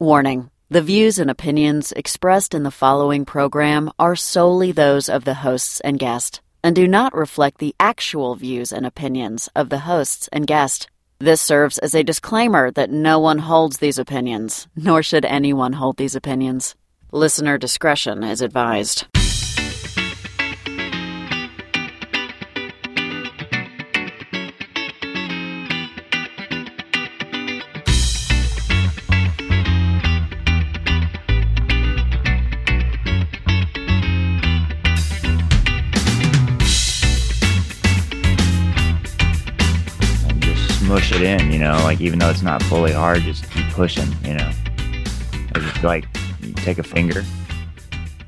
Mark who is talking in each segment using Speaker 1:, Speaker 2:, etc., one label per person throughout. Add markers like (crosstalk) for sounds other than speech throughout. Speaker 1: Warning The views and opinions expressed in the following program are solely those of the hosts and guest and do not reflect the actual views and opinions of the hosts and guest. This serves as a disclaimer that no one holds these opinions, nor should anyone hold these opinions. Listener discretion is advised.
Speaker 2: and just smush it in, you know, like even though it's not fully hard, just keep pushing, you know. I just like you take a finger,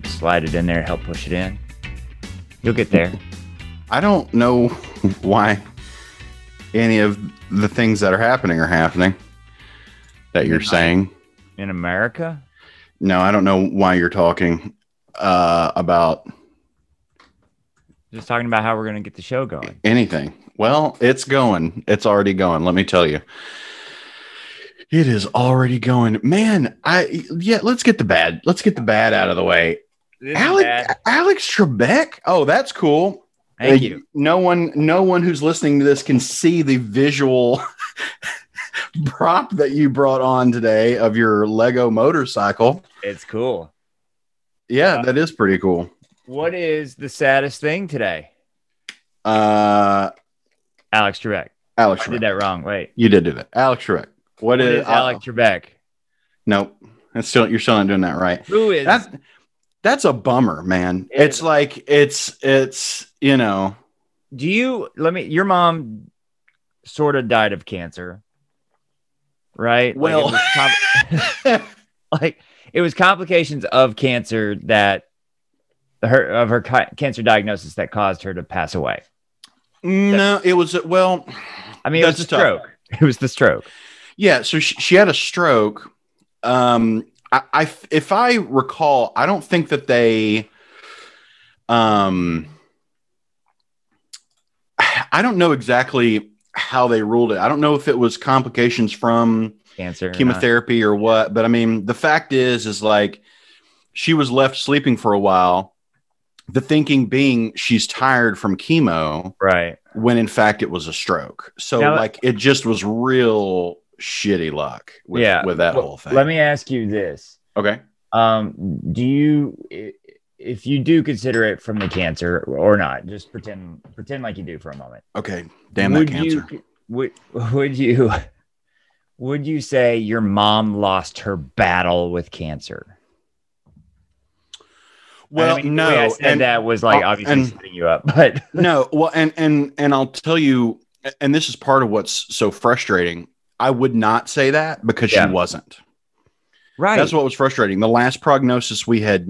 Speaker 2: slide it in there, help push it in. You'll get there.
Speaker 3: I don't know (laughs) why any of the things that are happening are happening that you're saying.
Speaker 2: In America,
Speaker 3: No, I don't know why you're talking uh, about
Speaker 2: just talking about how we're gonna get the show going.
Speaker 3: anything. Well, it's going. It's already going. Let me tell you. It is already going. Man, I yeah, let's get the bad. Let's get the bad out of the way.
Speaker 2: uh,
Speaker 3: Alex, Alex Trebek? Oh, that's cool.
Speaker 2: Thank
Speaker 3: Uh,
Speaker 2: you.
Speaker 3: No one, no one who's listening to this can see the visual (laughs) prop that you brought on today of your Lego motorcycle.
Speaker 2: It's cool.
Speaker 3: Yeah,
Speaker 2: Uh,
Speaker 3: that is pretty cool.
Speaker 2: What is the saddest thing today?
Speaker 3: Uh,
Speaker 2: Alex Trebek.
Speaker 3: Alex,
Speaker 2: I did
Speaker 3: Trebek.
Speaker 2: that wrong. Wait.
Speaker 3: you did do that. Alex Trebek.
Speaker 2: What is,
Speaker 3: uh,
Speaker 2: Alex Trebek?
Speaker 3: Nope, that's still you're still not doing that right.
Speaker 2: Who is
Speaker 3: That that's a bummer, man.
Speaker 2: It is.
Speaker 3: it's like it's it's you know
Speaker 2: do you let me your mom sort of died of cancer. Right? Like, it
Speaker 3: Well-
Speaker 2: was com- (laughs) like it was complications of cancer that her of her ca- cancer diagnosis that caused her to pass away.
Speaker 3: no. It was well.
Speaker 2: I mean, it
Speaker 3: That's
Speaker 2: was the
Speaker 3: tough.
Speaker 2: stroke. It was the stroke.
Speaker 3: Yeah, so she, she had a stroke. Um, I, I- if I recall, I don't think that they, um, I don't know exactly how they ruled it. I don't know if it was complications from
Speaker 2: Cancer. or not.
Speaker 3: chemotherapy or what, but I mean, the fact is, is like she was left sleeping for a while. The thinking being she's tired from chemo,
Speaker 2: Right.
Speaker 3: when in fact it was a stroke. So
Speaker 2: Now-
Speaker 3: like it just was real shitty luck with,
Speaker 2: Yeah.
Speaker 3: with that
Speaker 2: Well,
Speaker 3: whole thing.
Speaker 2: Let me ask you this.
Speaker 3: okay.
Speaker 2: Um, do you i- if you do consider it from the cancer or not, just pretend pretend like you do for a moment.
Speaker 3: Okay. Damn
Speaker 2: would
Speaker 3: that cancer.
Speaker 2: You, would would you would you say your mom lost her battle with cancer?
Speaker 3: well,
Speaker 2: I mean, the
Speaker 3: no.
Speaker 2: way I said
Speaker 3: and-
Speaker 2: that was like
Speaker 3: uh,
Speaker 2: obviously
Speaker 3: and-
Speaker 2: setting you up, (laughs) but
Speaker 3: no well and and and i'll tell you and this is part of what's so frustrating i would not say that because
Speaker 2: Yeah.
Speaker 3: she wasn't
Speaker 2: right.
Speaker 3: that's what was frustrating the last prognosis we had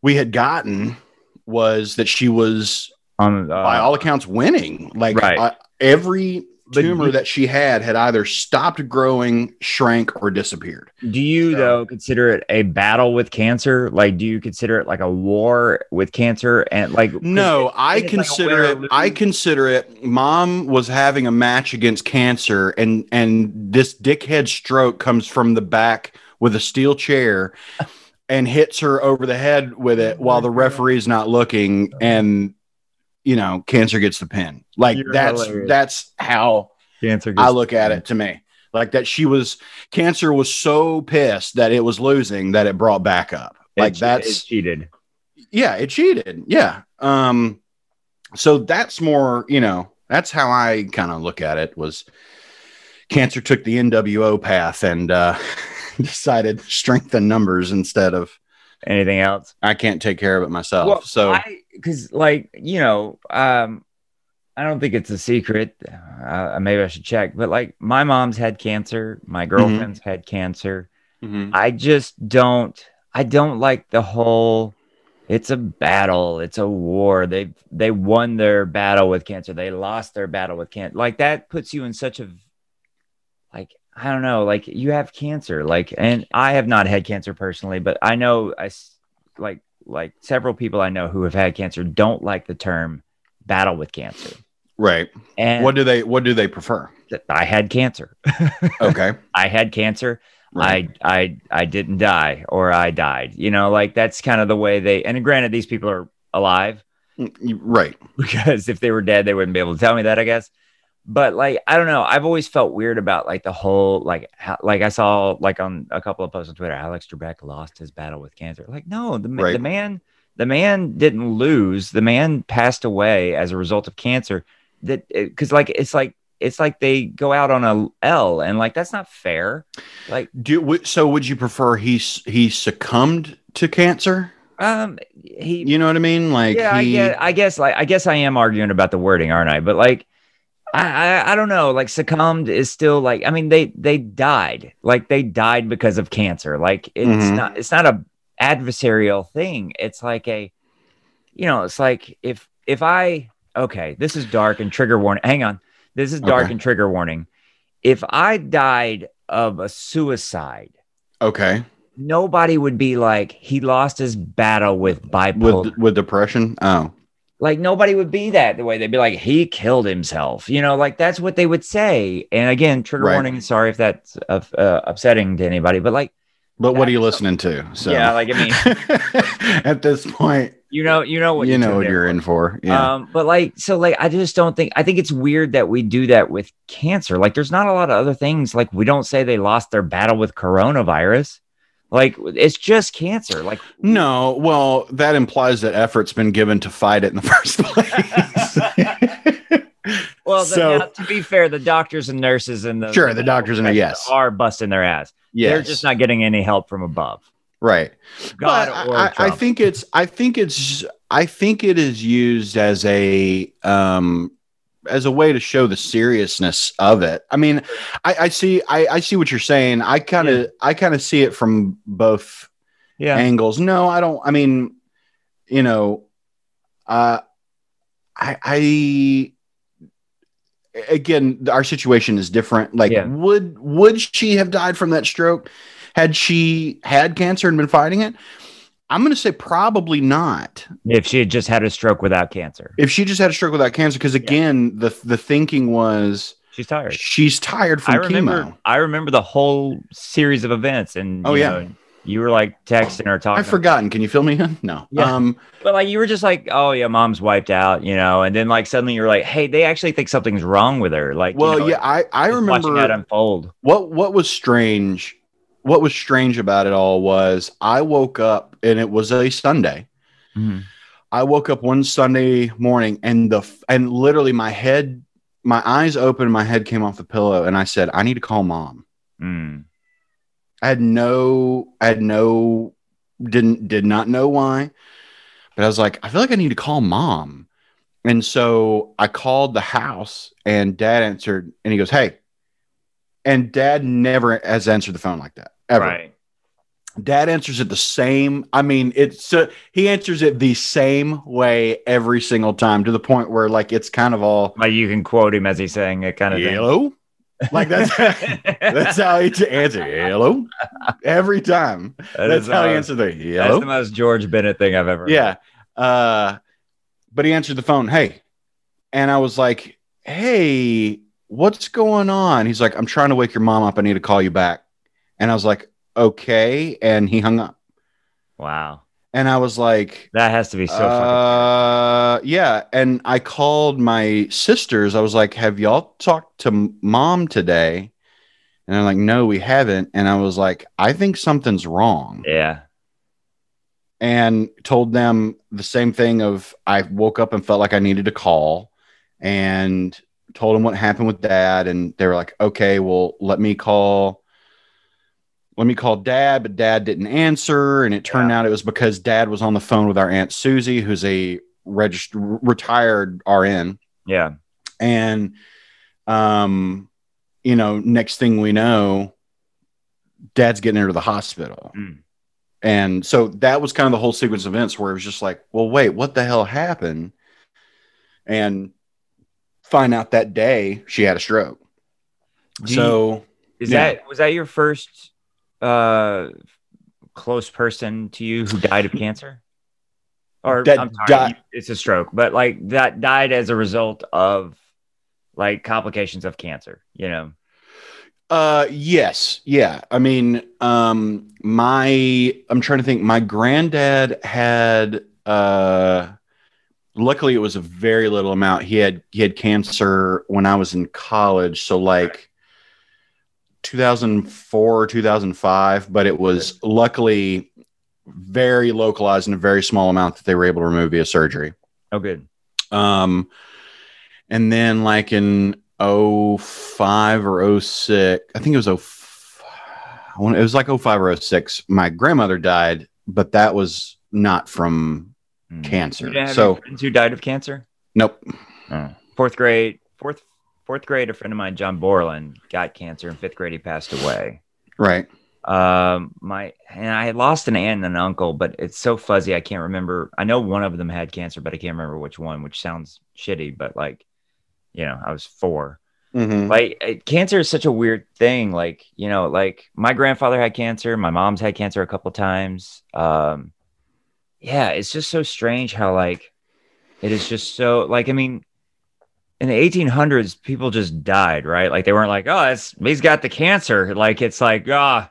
Speaker 3: we had gotten was that she was
Speaker 2: um,
Speaker 3: by
Speaker 2: uh,
Speaker 3: all accounts winning like
Speaker 2: Right.
Speaker 3: uh, every
Speaker 2: But
Speaker 3: tumor
Speaker 2: you-
Speaker 3: that she had had either stopped growing shrank or disappeared
Speaker 2: do you
Speaker 3: so-
Speaker 2: though consider it a battle with cancer? Like, do you consider it like a war with cancer? And like,
Speaker 3: no i
Speaker 2: it's like a
Speaker 3: consider
Speaker 2: win or
Speaker 3: it i
Speaker 2: lose.
Speaker 3: consider it mom was having a match against cancer and and this dickhead stroke comes from the back with a steel chair and hits her over the head with it while the referee's not looking and you know cancer gets the pin like
Speaker 2: You're
Speaker 3: that's
Speaker 2: hilarious.
Speaker 3: that's how
Speaker 2: cancer.
Speaker 3: i look at it to me like that she was cancer was so pissed that it was losing that it brought back up like that's
Speaker 2: cheated.
Speaker 3: yeah it cheated yeah um so that's more you know that's how i kind of look at it was cancer took the nwo path and uh (laughs) decided strength and numbers instead of
Speaker 2: Anything else?
Speaker 3: i can't take care of it myself
Speaker 2: Well,
Speaker 3: so
Speaker 2: because like you know, um, I don't think it's a secret. Uh, maybe I should check, but like my mom's had cancer. My girlfriend's had cancer.
Speaker 3: Mhm.
Speaker 2: I just don't I don't like the whole it's a battle, it's a war. They they won their battle with cancer. They lost their battle with cancer. Like that puts you in such a like I don't know, like you have cancer. Like and I have not had cancer personally, but I know I s- like like several people I know who have had cancer don't like the term battle with cancer.
Speaker 3: right
Speaker 2: And
Speaker 3: what do they what do they prefer
Speaker 2: I had cancer.
Speaker 3: okay
Speaker 2: I had cancer.
Speaker 3: Right.
Speaker 2: I I I didn't die or I died. You know, like that's kind of the way they and granted these people are alive (laughs)
Speaker 3: Mm, you- Right.
Speaker 2: because if they were dead they wouldn't be able to tell me that, I guess. But like I don't know, I've always felt weird about like the whole like how, like I saw like on a couple of posts on Twitter Alex Trebek lost his battle with cancer. Like no, the ma-
Speaker 3: Right.
Speaker 2: the man the man didn't lose. The man passed away as a result of cancer. That cuz like it's like it's like they go out on a L and like that's not fair. Like
Speaker 3: Do w- so. Would you prefer he s- he succumbed to cancer?
Speaker 2: Um, he.
Speaker 3: You know what I mean? Like
Speaker 2: yeah,
Speaker 3: he,
Speaker 2: I guess. I guess. Like, I guess I am arguing about the wording, aren't I? But like, I, I, I don't know. Like, succumbed is still like. I mean, they they died. Like, they died because of cancer. Like, it's
Speaker 3: Mhm.
Speaker 2: not. It's not a adversarial thing. It's like a, you know, it's like if if I okay, this is dark and trigger warning. Hang on, this is dark
Speaker 3: Okay.
Speaker 2: and trigger warning. If I died of a suicide,
Speaker 3: okay
Speaker 2: nobody would be like he lost his battle with bipolar.
Speaker 3: with with depression. Oh,
Speaker 2: like nobody would be that the way they'd be like he killed himself you know like that's what they would say and again trigger
Speaker 3: Right.
Speaker 2: warning sorry if that's uh, uh, upsetting to anybody but like
Speaker 3: but what are
Speaker 2: Yeah,
Speaker 3: you
Speaker 2: so-
Speaker 3: listening to? So
Speaker 2: yeah like i mean
Speaker 3: (laughs) at this point,
Speaker 2: you know you know what
Speaker 3: you know
Speaker 2: tuned
Speaker 3: what you're in for. Yeah.
Speaker 2: um but like so like i just don't think i think it's weird that we do that with cancer like there's not a lot of other things like we don't say they lost their battle with coronavirus like it's just cancer like
Speaker 3: no, well, that implies that effort's been given to fight it in the (laughs) first place.
Speaker 2: well the,
Speaker 3: So-
Speaker 2: now, to be fair the doctors and nurses and the
Speaker 3: sure, the doctors and a yes,
Speaker 2: are busting their ass
Speaker 3: yes,
Speaker 2: (laughs) They're just not getting any help from above.
Speaker 3: right.
Speaker 2: God
Speaker 3: but
Speaker 2: or
Speaker 3: I, I- I
Speaker 2: Trump.
Speaker 3: think it's I think it's I think it is used as a um as a way to show the seriousness of it. I mean, I, I see I, I see what you're saying. I kind of
Speaker 2: Yeah.
Speaker 3: I kind of see it from both
Speaker 2: yeah.
Speaker 3: angles. No, I don't. I mean, you know, uh, I, I again, our situation is different. Like,
Speaker 2: Yeah.
Speaker 3: would would she have died from that stroke had she had cancer and been fighting it? I'm going to say probably not.
Speaker 2: if she had just had a stroke without cancer,
Speaker 3: If she just had a stroke without cancer, because again, the the thinking was
Speaker 2: she's tired.
Speaker 3: she's tired from
Speaker 2: I remember.
Speaker 3: chemo.
Speaker 2: I remember the whole series of events, and
Speaker 3: Oh,
Speaker 2: you
Speaker 3: yeah.
Speaker 2: know, you were like texting or talking.
Speaker 3: I've forgotten. Can you fill me (laughs) in? No.
Speaker 2: Yeah.
Speaker 3: Um,
Speaker 2: But like you were just like, oh yeah, mom's wiped out, you know. And then like suddenly you're like, hey, they actually think something's wrong with her. Like, you
Speaker 3: well,
Speaker 2: know,
Speaker 3: yeah, I, I
Speaker 2: just watching
Speaker 3: remember
Speaker 2: that unfold.
Speaker 3: what what was strange what was strange about it all was i woke up and it was a sunday
Speaker 2: Mm-hmm.
Speaker 3: i woke up one sunday morning and the f- and literally my head my eyes opened my head came off the pillow and i said i need to call mom
Speaker 2: Mm.
Speaker 3: i had no i had no didn't did not know why but i was like i feel like i need to call mom and so i called the house and dad answered and he goes hey and dad never has answered the phone like that ever
Speaker 2: Right.
Speaker 3: Dad answers it the same. I mean, it's uh, he answers it the same way every single time to the point where like it's kind of all
Speaker 2: Like you can quote him as he's saying it kind of
Speaker 3: hello, like that's
Speaker 2: (laughs)
Speaker 3: (laughs)
Speaker 2: thing.
Speaker 3: that's how he t- answers hello every time.
Speaker 2: That
Speaker 3: that's
Speaker 2: is
Speaker 3: how he
Speaker 2: the most-
Speaker 3: answers the
Speaker 2: That's the
Speaker 3: hello.
Speaker 2: most George Bennett thing I've ever.
Speaker 3: Yeah, uh, but he answered the phone. Hey, and I was like, hey, what's going on? He's like, I'm trying to wake your mom up. I need to call you back. And I was like, okay, and he hung up.
Speaker 2: Wow.
Speaker 3: And I was like.
Speaker 2: That has to be so fucking.
Speaker 3: uh, yeah. And I called my sisters. I was like, "Have y'all talked to m- mom today?" And they're like, "No, we haven't." And I was like, "I think something's wrong."
Speaker 2: Yeah.
Speaker 3: And told them the same thing of I woke up and felt like I needed to call, and told them what happened with dad, and they were like, "Okay, well, let me call." Let me call dad, but dad didn't answer. And it turned out it was because dad was on the phone with our Aunt Susie, who's a registered retired RN
Speaker 2: Yeah.
Speaker 3: and um you know next thing we know dad's getting into the hospital
Speaker 2: Mm.
Speaker 3: and so that was kind of the whole sequence of events where it was just like well wait what the hell happened and find out that day she had a stroke
Speaker 2: Do
Speaker 3: so
Speaker 2: Is
Speaker 3: yeah.
Speaker 2: that was that your first uh close person to you who died of cancer? Or
Speaker 3: That
Speaker 2: I'm sorry,
Speaker 3: di-
Speaker 2: you- it's a stroke, but like that died as a result of like complications of cancer, you know.
Speaker 3: Uh, yes, yeah. I mean, um, my I'm trying to think. My granddad had uh, luckily it was a very little amount. He had he had cancer when I was in college, so like 2004 2005, but it was luckily very localized in a very small amount that they were able to remove via surgery.
Speaker 2: Oh, good.
Speaker 3: Um, and then like in 05 or 06, I think it was 05, I want- it was like 05 or 06, my grandmother died, but that was not from
Speaker 2: Mm. You
Speaker 3: cancer.
Speaker 2: didn't have
Speaker 3: So,
Speaker 2: any friends who died of cancer?
Speaker 3: nope.
Speaker 2: Fourth grade, fourth fourth grade, a friend of mine, John Borland, got cancer. In fifth grade, he passed away.
Speaker 3: Right.
Speaker 2: um my and i had lost an aunt and an uncle but it's so fuzzy i can't remember i know one of them had cancer but i can't remember which one which sounds shitty but like you know i was four
Speaker 3: Mhm.
Speaker 2: like it, cancer is such a weird thing like you know like my grandfather had cancer my mom's had cancer a couple times um yeah it's just so strange how like it is just so like i mean in the 1800s people just died right like they weren't like oh that's he's got the cancer like it's like ah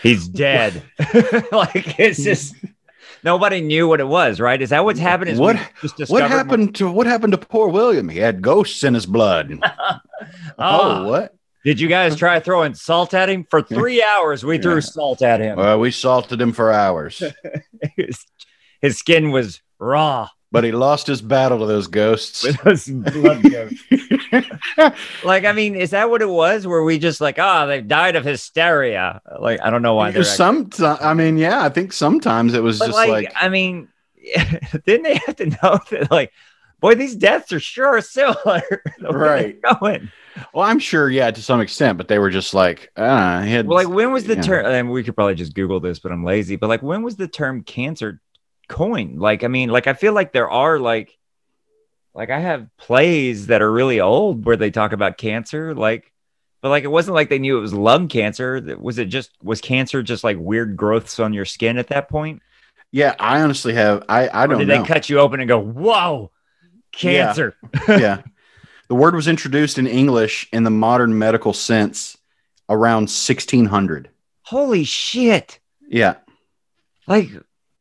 Speaker 3: (laughs)
Speaker 2: he's dead (laughs) like it's just nobody knew what it was right is that what's happened is we
Speaker 3: What-
Speaker 2: just
Speaker 3: What
Speaker 2: discovered more-
Speaker 3: happened to what happened to poor William? He had ghosts in his blood.
Speaker 2: (laughs) Ah.
Speaker 3: oh, what?
Speaker 2: Did you guys try throwing salt at him for
Speaker 3: (laughs)
Speaker 2: three hours? We threw
Speaker 3: Yeah.
Speaker 2: salt at him.
Speaker 3: Well, we salted him for hours,
Speaker 2: (laughs) His, his skin was raw
Speaker 3: but he lost his battle to those ghosts. (laughs)
Speaker 2: with those blood ghosts. like, I mean, is that what it was? Were we just like, ah, they died of hysteria? Like, I don't know why. They're act-
Speaker 3: Some, I mean, yeah, I think sometimes it was
Speaker 2: but
Speaker 3: just
Speaker 2: like,
Speaker 3: like
Speaker 2: I mean, (laughs) didn't they have to know (laughs) that? Like, boy, these deaths are sure are similar. (laughs) The way they're Going.
Speaker 3: Well, I'm sure, yeah, to some extent, but they were just like, uh, he had,
Speaker 2: Well, like when was the
Speaker 3: Yeah.
Speaker 2: term? And we could probably just Google this, but I'm lazy. But like, when was the term cancer coined? Like, I mean, like I feel like there are like, like I have plays that are really old where they talk about cancer, like, but like it wasn't like they knew it was lung cancer. That- Was it just was cancer just like weird growths on your skin at that point?
Speaker 3: yeah, I honestly have, I, I
Speaker 2: Or
Speaker 3: don't
Speaker 2: did
Speaker 3: know.
Speaker 2: they cut you open and go, "Whoa, cancer"?
Speaker 3: yeah. The word was introduced in English in the modern medical sense around 1600.
Speaker 2: Holy shit!
Speaker 3: Yeah.
Speaker 2: Like,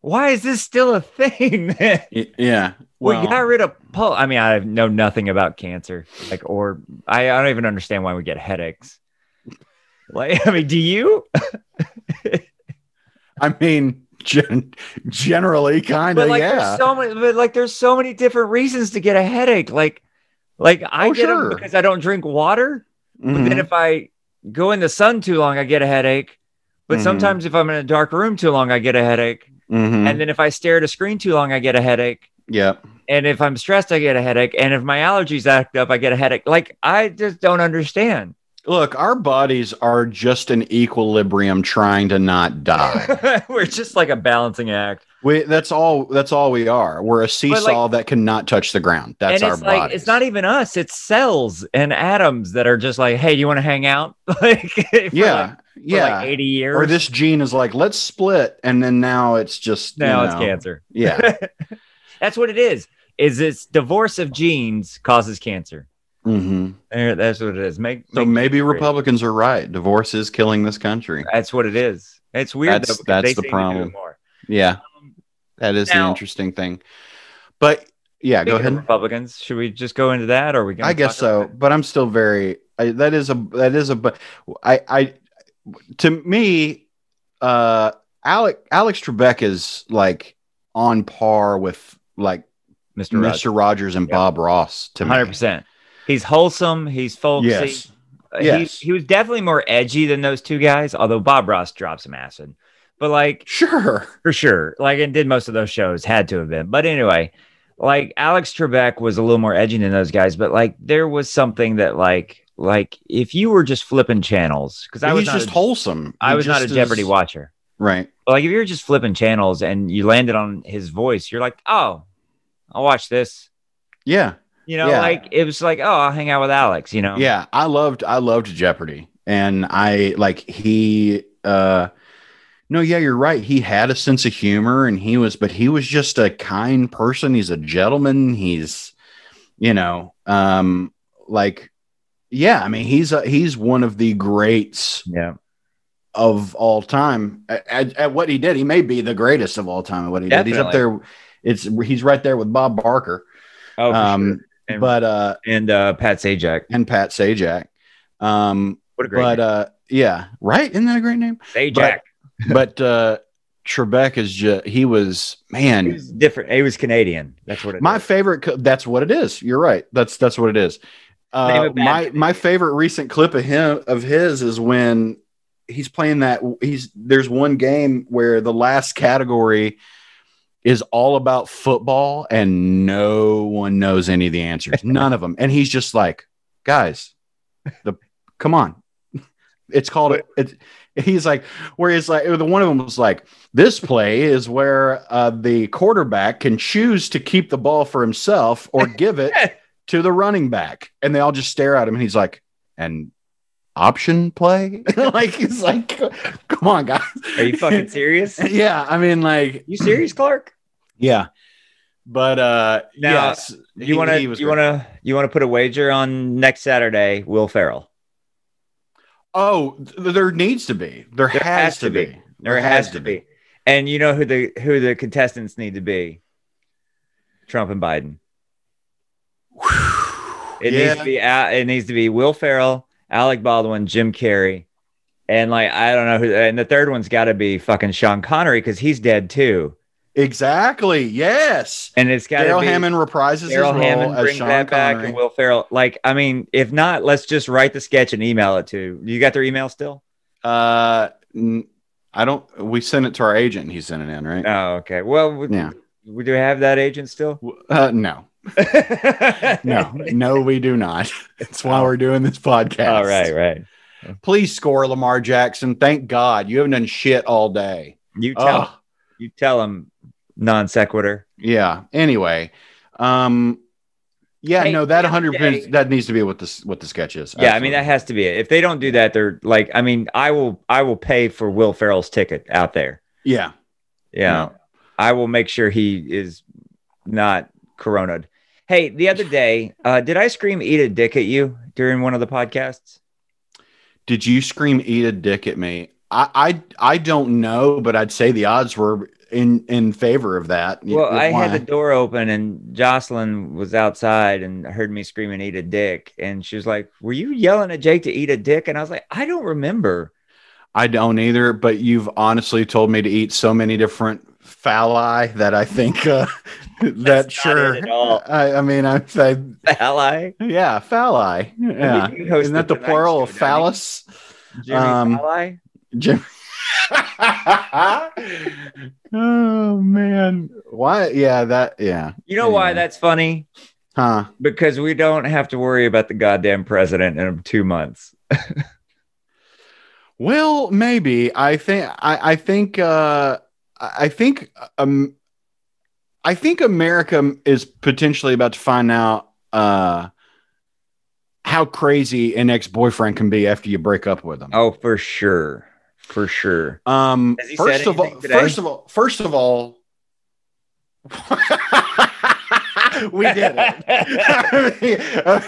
Speaker 2: why is this still a thing? (laughs) Then?
Speaker 3: y- Yeah.
Speaker 2: we got rid of pul- I mean, I know nothing about cancer, like, or I, I don't even understand why we get headaches. Like, (laughs) I mean, do you?
Speaker 3: I mean, gen- generally, kind
Speaker 2: But
Speaker 3: of,
Speaker 2: like,
Speaker 3: yeah.
Speaker 2: there's so many. But like, there's so many different reasons to get a headache. Like, like I
Speaker 3: Oh,
Speaker 2: get 'em
Speaker 3: sure.
Speaker 2: because I don't drink water. But
Speaker 3: Mhm.
Speaker 2: then if I go in the sun too long, I get a headache. But
Speaker 3: Mhm.
Speaker 2: sometimes if I'm in a dark room too long, I get a headache.
Speaker 3: Mhm.
Speaker 2: And then if I stare at a screen too long, I get a headache.
Speaker 3: yeah.
Speaker 2: and if I'm stressed, I get a headache, and if my allergies act up, I get a headache. Like I just don't understand.
Speaker 3: Look, our bodies are just an equilibrium trying to not die.
Speaker 2: (laughs) We're just like a balancing act,
Speaker 3: We that's all that's all we are. We're a seesaw that cannot touch the ground. That's
Speaker 2: and
Speaker 3: our
Speaker 2: it's like
Speaker 3: body.
Speaker 2: it's not even us; it's cells and atoms that are just like, "Hey, do you want to hang out?" (laughs) like, for
Speaker 3: yeah,
Speaker 2: like, for
Speaker 3: yeah.
Speaker 2: like eighty years.
Speaker 3: or this gene is like, let's split, and then now it's just you
Speaker 2: now it's
Speaker 3: know,
Speaker 2: cancer. (laughs)
Speaker 3: Yeah,
Speaker 2: That's what it is. Is it's divorce of genes causes cancer?
Speaker 3: Mhm.
Speaker 2: There, That's what it is. Make
Speaker 3: so
Speaker 2: make-
Speaker 3: maybe Republicans are right. Divorce is killing this country.
Speaker 2: That's what it is. It's weird.
Speaker 3: That's-
Speaker 2: though, because
Speaker 3: that's
Speaker 2: they
Speaker 3: the
Speaker 2: seem to do
Speaker 3: problem.
Speaker 2: more.
Speaker 3: Yeah,
Speaker 2: Um,
Speaker 3: that is the
Speaker 2: Now-
Speaker 3: interesting thing. But yeah, go
Speaker 2: Speaking of
Speaker 3: ahead.
Speaker 2: Republicans, should we just go into that? Or are we? Gonna
Speaker 3: I guess
Speaker 2: talk about
Speaker 3: so, but I'm still very. I, that is a that is a but I I to me, uh, Alec Alex Trebek is like on par with like
Speaker 2: it? Mr. Rogers?
Speaker 3: Mr. Rogers and
Speaker 2: Yeah.
Speaker 3: Bob Ross to me.
Speaker 2: hundred percent. He's wholesome. He's folksy.
Speaker 3: Yes.
Speaker 2: Uh,
Speaker 3: yes.
Speaker 2: He, he was definitely more edgy than those two guys. Although Bob Ross dropped some acid, but like
Speaker 3: Sure.
Speaker 2: for sure, like and did most of those shows had to have been. But anyway, like Alex Trebek was a little more edgy than those guys. But like there was something that like like if you were just flipping channels because I was
Speaker 3: He's
Speaker 2: not
Speaker 3: just
Speaker 2: a,
Speaker 3: wholesome.
Speaker 2: I
Speaker 3: He
Speaker 2: was not a
Speaker 3: just
Speaker 2: Jeopardy
Speaker 3: is-
Speaker 2: watcher.
Speaker 3: Right.
Speaker 2: But like if you're just flipping channels and you landed on his voice, you're like, oh, I'll watch this.
Speaker 3: Yeah.
Speaker 2: You know,
Speaker 3: Yeah.
Speaker 2: like it was like, oh, I'll hang out with Alex. You know,
Speaker 3: Yeah. I loved I loved Jeopardy. And I like he uh no, yeah, you're right. He had a sense of humor and he was but he was just a kind person. He's a gentleman. He's you know, um like yeah, I mean he's a, he's one of the greats
Speaker 2: Yeah.
Speaker 3: of all time at, at, at what he did. He may be the greatest of all time at what he did. He's up there. It's he's right there with Bob Barker,
Speaker 2: Oh, for
Speaker 3: Um,
Speaker 2: sure. And-
Speaker 3: but uh,
Speaker 2: and uh, Pat Sajak.
Speaker 3: and Pat Sajak. Um,
Speaker 2: What a great
Speaker 3: but
Speaker 2: name.
Speaker 3: uh, yeah, right? Isn't that a
Speaker 2: (laughs)
Speaker 3: great name?
Speaker 2: Sajak.
Speaker 3: but uh, Trebek is just he was
Speaker 2: he
Speaker 3: man.
Speaker 2: was different. He was Canadian. That's what it
Speaker 3: My
Speaker 2: is.
Speaker 3: favorite. co- That's what it is. You're right. That's that's what it is.
Speaker 2: Name
Speaker 3: Uh,
Speaker 2: a band.
Speaker 3: my my favorite recent clip of him of his is when he's playing that. He's there's one game where the last category is all about football, and no one knows any of the
Speaker 2: (laughs)
Speaker 3: answers. None of them. And he's just like, guys, the come on. (laughs) It's called it's he's like where he's like the one of them was like this play is where uh, the quarterback can choose to keep the ball for himself or give it to the running back and they all just stare at him and he's like and option play (laughs) like he's like come on guys
Speaker 2: Are you fucking serious?
Speaker 3: (laughs) yeah i mean like
Speaker 2: You serious, Clark?
Speaker 3: yeah but uh
Speaker 2: Now,
Speaker 3: yes
Speaker 2: You want to? You want to? You want to put a wager on next Saturday? Will Ferrell.
Speaker 3: oh th- there needs to be there, has, to be,
Speaker 2: There has, to be. And you know who the who the contestants need to be? Trump and Biden. It
Speaker 3: yeah.
Speaker 2: needs to be Al- it needs to be Will Ferrell, Alec Baldwin, Jim Carrey, and like I don't know who. And the third one's got to be fucking Sean Connery because he's dead too.
Speaker 3: exactly yes
Speaker 2: And it's got to
Speaker 3: Daryl
Speaker 2: be
Speaker 3: Hammond reprises his role
Speaker 2: Daryl Hammond,
Speaker 3: as
Speaker 2: bring
Speaker 3: Sean
Speaker 2: that back,
Speaker 3: Connery.
Speaker 2: and Will Ferrell. Like I mean, if not, let's just write the sketch and email it to you. Got their email still?
Speaker 3: Uh, n- I don't. We sent it to our agent. and He sent it in, right?
Speaker 2: Oh, okay. Well, we,
Speaker 3: Yeah.
Speaker 2: we do have that agent still. (laughs)
Speaker 3: W- Uh, no, (laughs) no, no. We do not. That's why we're doing this podcast.
Speaker 2: All right, right.
Speaker 3: Please score, Lamar Jackson. Thank God you haven't done shit all day.
Speaker 2: You tell
Speaker 3: Oh,
Speaker 2: you tell him non sequitur.
Speaker 3: yeah. Anyway, um, yeah.
Speaker 2: Hey,
Speaker 3: no, that
Speaker 2: hey,
Speaker 3: hundred
Speaker 2: hey.
Speaker 3: percent. That needs to be what this what the sketch is.
Speaker 2: Yeah, I mean that has to be it. If they don't do that, they're like, I mean, I will, I will pay for Will Ferrell's ticket out there.
Speaker 3: Absolutely. yeah.
Speaker 2: Yeah,
Speaker 3: No.
Speaker 2: I will make sure he is not coroned. Hey, the
Speaker 3: (laughs)
Speaker 2: other day, uh, did I scream "eat a dick" at you during one of the podcasts?
Speaker 3: Did you scream "eat a dick" at me? I I, I don't know, but I'd say the odds were in in favor of that.
Speaker 2: Well, I had
Speaker 3: Why?
Speaker 2: the door open and Jocelyn was outside and heard me screaming "eat a dick," and she was like, "Were you yelling at Jake to eat a dick?" And I was like, "I don't remember." (laughs)
Speaker 3: I don't either, but you've honestly told me to eat so many different phalli that I think uh, that
Speaker 2: (laughs) That's not
Speaker 3: sure.
Speaker 2: it at all.
Speaker 3: I, I mean, I, I
Speaker 2: Ally,
Speaker 3: yeah, phalli. Yeah,
Speaker 2: You hosted
Speaker 3: isn't that the
Speaker 2: tonight's
Speaker 3: plural of
Speaker 2: show, Johnny.
Speaker 3: phallus?
Speaker 2: Jimmy
Speaker 3: Um,
Speaker 2: Ally.
Speaker 3: Jim. (laughs) oh man, why? Yeah, that. Yeah,
Speaker 2: You know why
Speaker 3: Yeah.
Speaker 2: that's funny?
Speaker 3: huh?
Speaker 2: Because we don't have to worry about the goddamn president in two months.
Speaker 3: Well, maybe I think I, I think uh, I I think um, I think America is potentially about to find out uh, how crazy an ex boyfriend can be after you break up with them.
Speaker 2: Oh, for sure, for sure.
Speaker 3: Um,
Speaker 2: Oh. Has he said
Speaker 3: first of all,
Speaker 2: anything today?
Speaker 3: first of all, first of all, (laughs) we did it. (laughs) I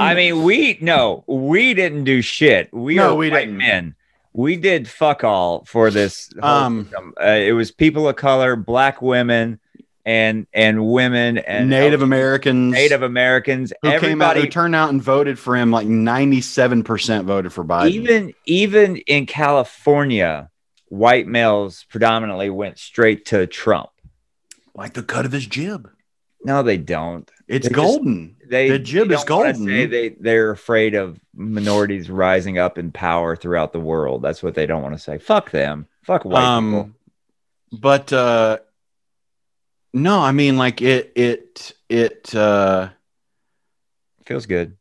Speaker 2: (laughs) I mean, we no, we didn't do shit. We
Speaker 3: No,
Speaker 2: are
Speaker 3: we
Speaker 2: white
Speaker 3: didn't.
Speaker 2: men. We did fuck all for this. whole
Speaker 3: Um,
Speaker 2: system. uh, it was people of color, black women, and and women and
Speaker 3: Native Americans,
Speaker 2: Native Americans.
Speaker 3: who came out, who
Speaker 2: Everybody
Speaker 3: turned out and voted for him, like 97% voted for Biden.
Speaker 2: even even in California, white males predominantly went straight to Trump.
Speaker 3: like the cut of his jib.
Speaker 2: No, they don't.
Speaker 3: It's
Speaker 2: They just-
Speaker 3: golden.
Speaker 2: They
Speaker 3: The jib
Speaker 2: they
Speaker 3: is
Speaker 2: don't wanna
Speaker 3: golden.
Speaker 2: Say they they're afraid of minorities rising up in power throughout the world. That's what they don't want to say. Fuck them. Fuck white people.
Speaker 3: um, but uh, no, I mean, like it, it, it, uh,
Speaker 2: Feels good.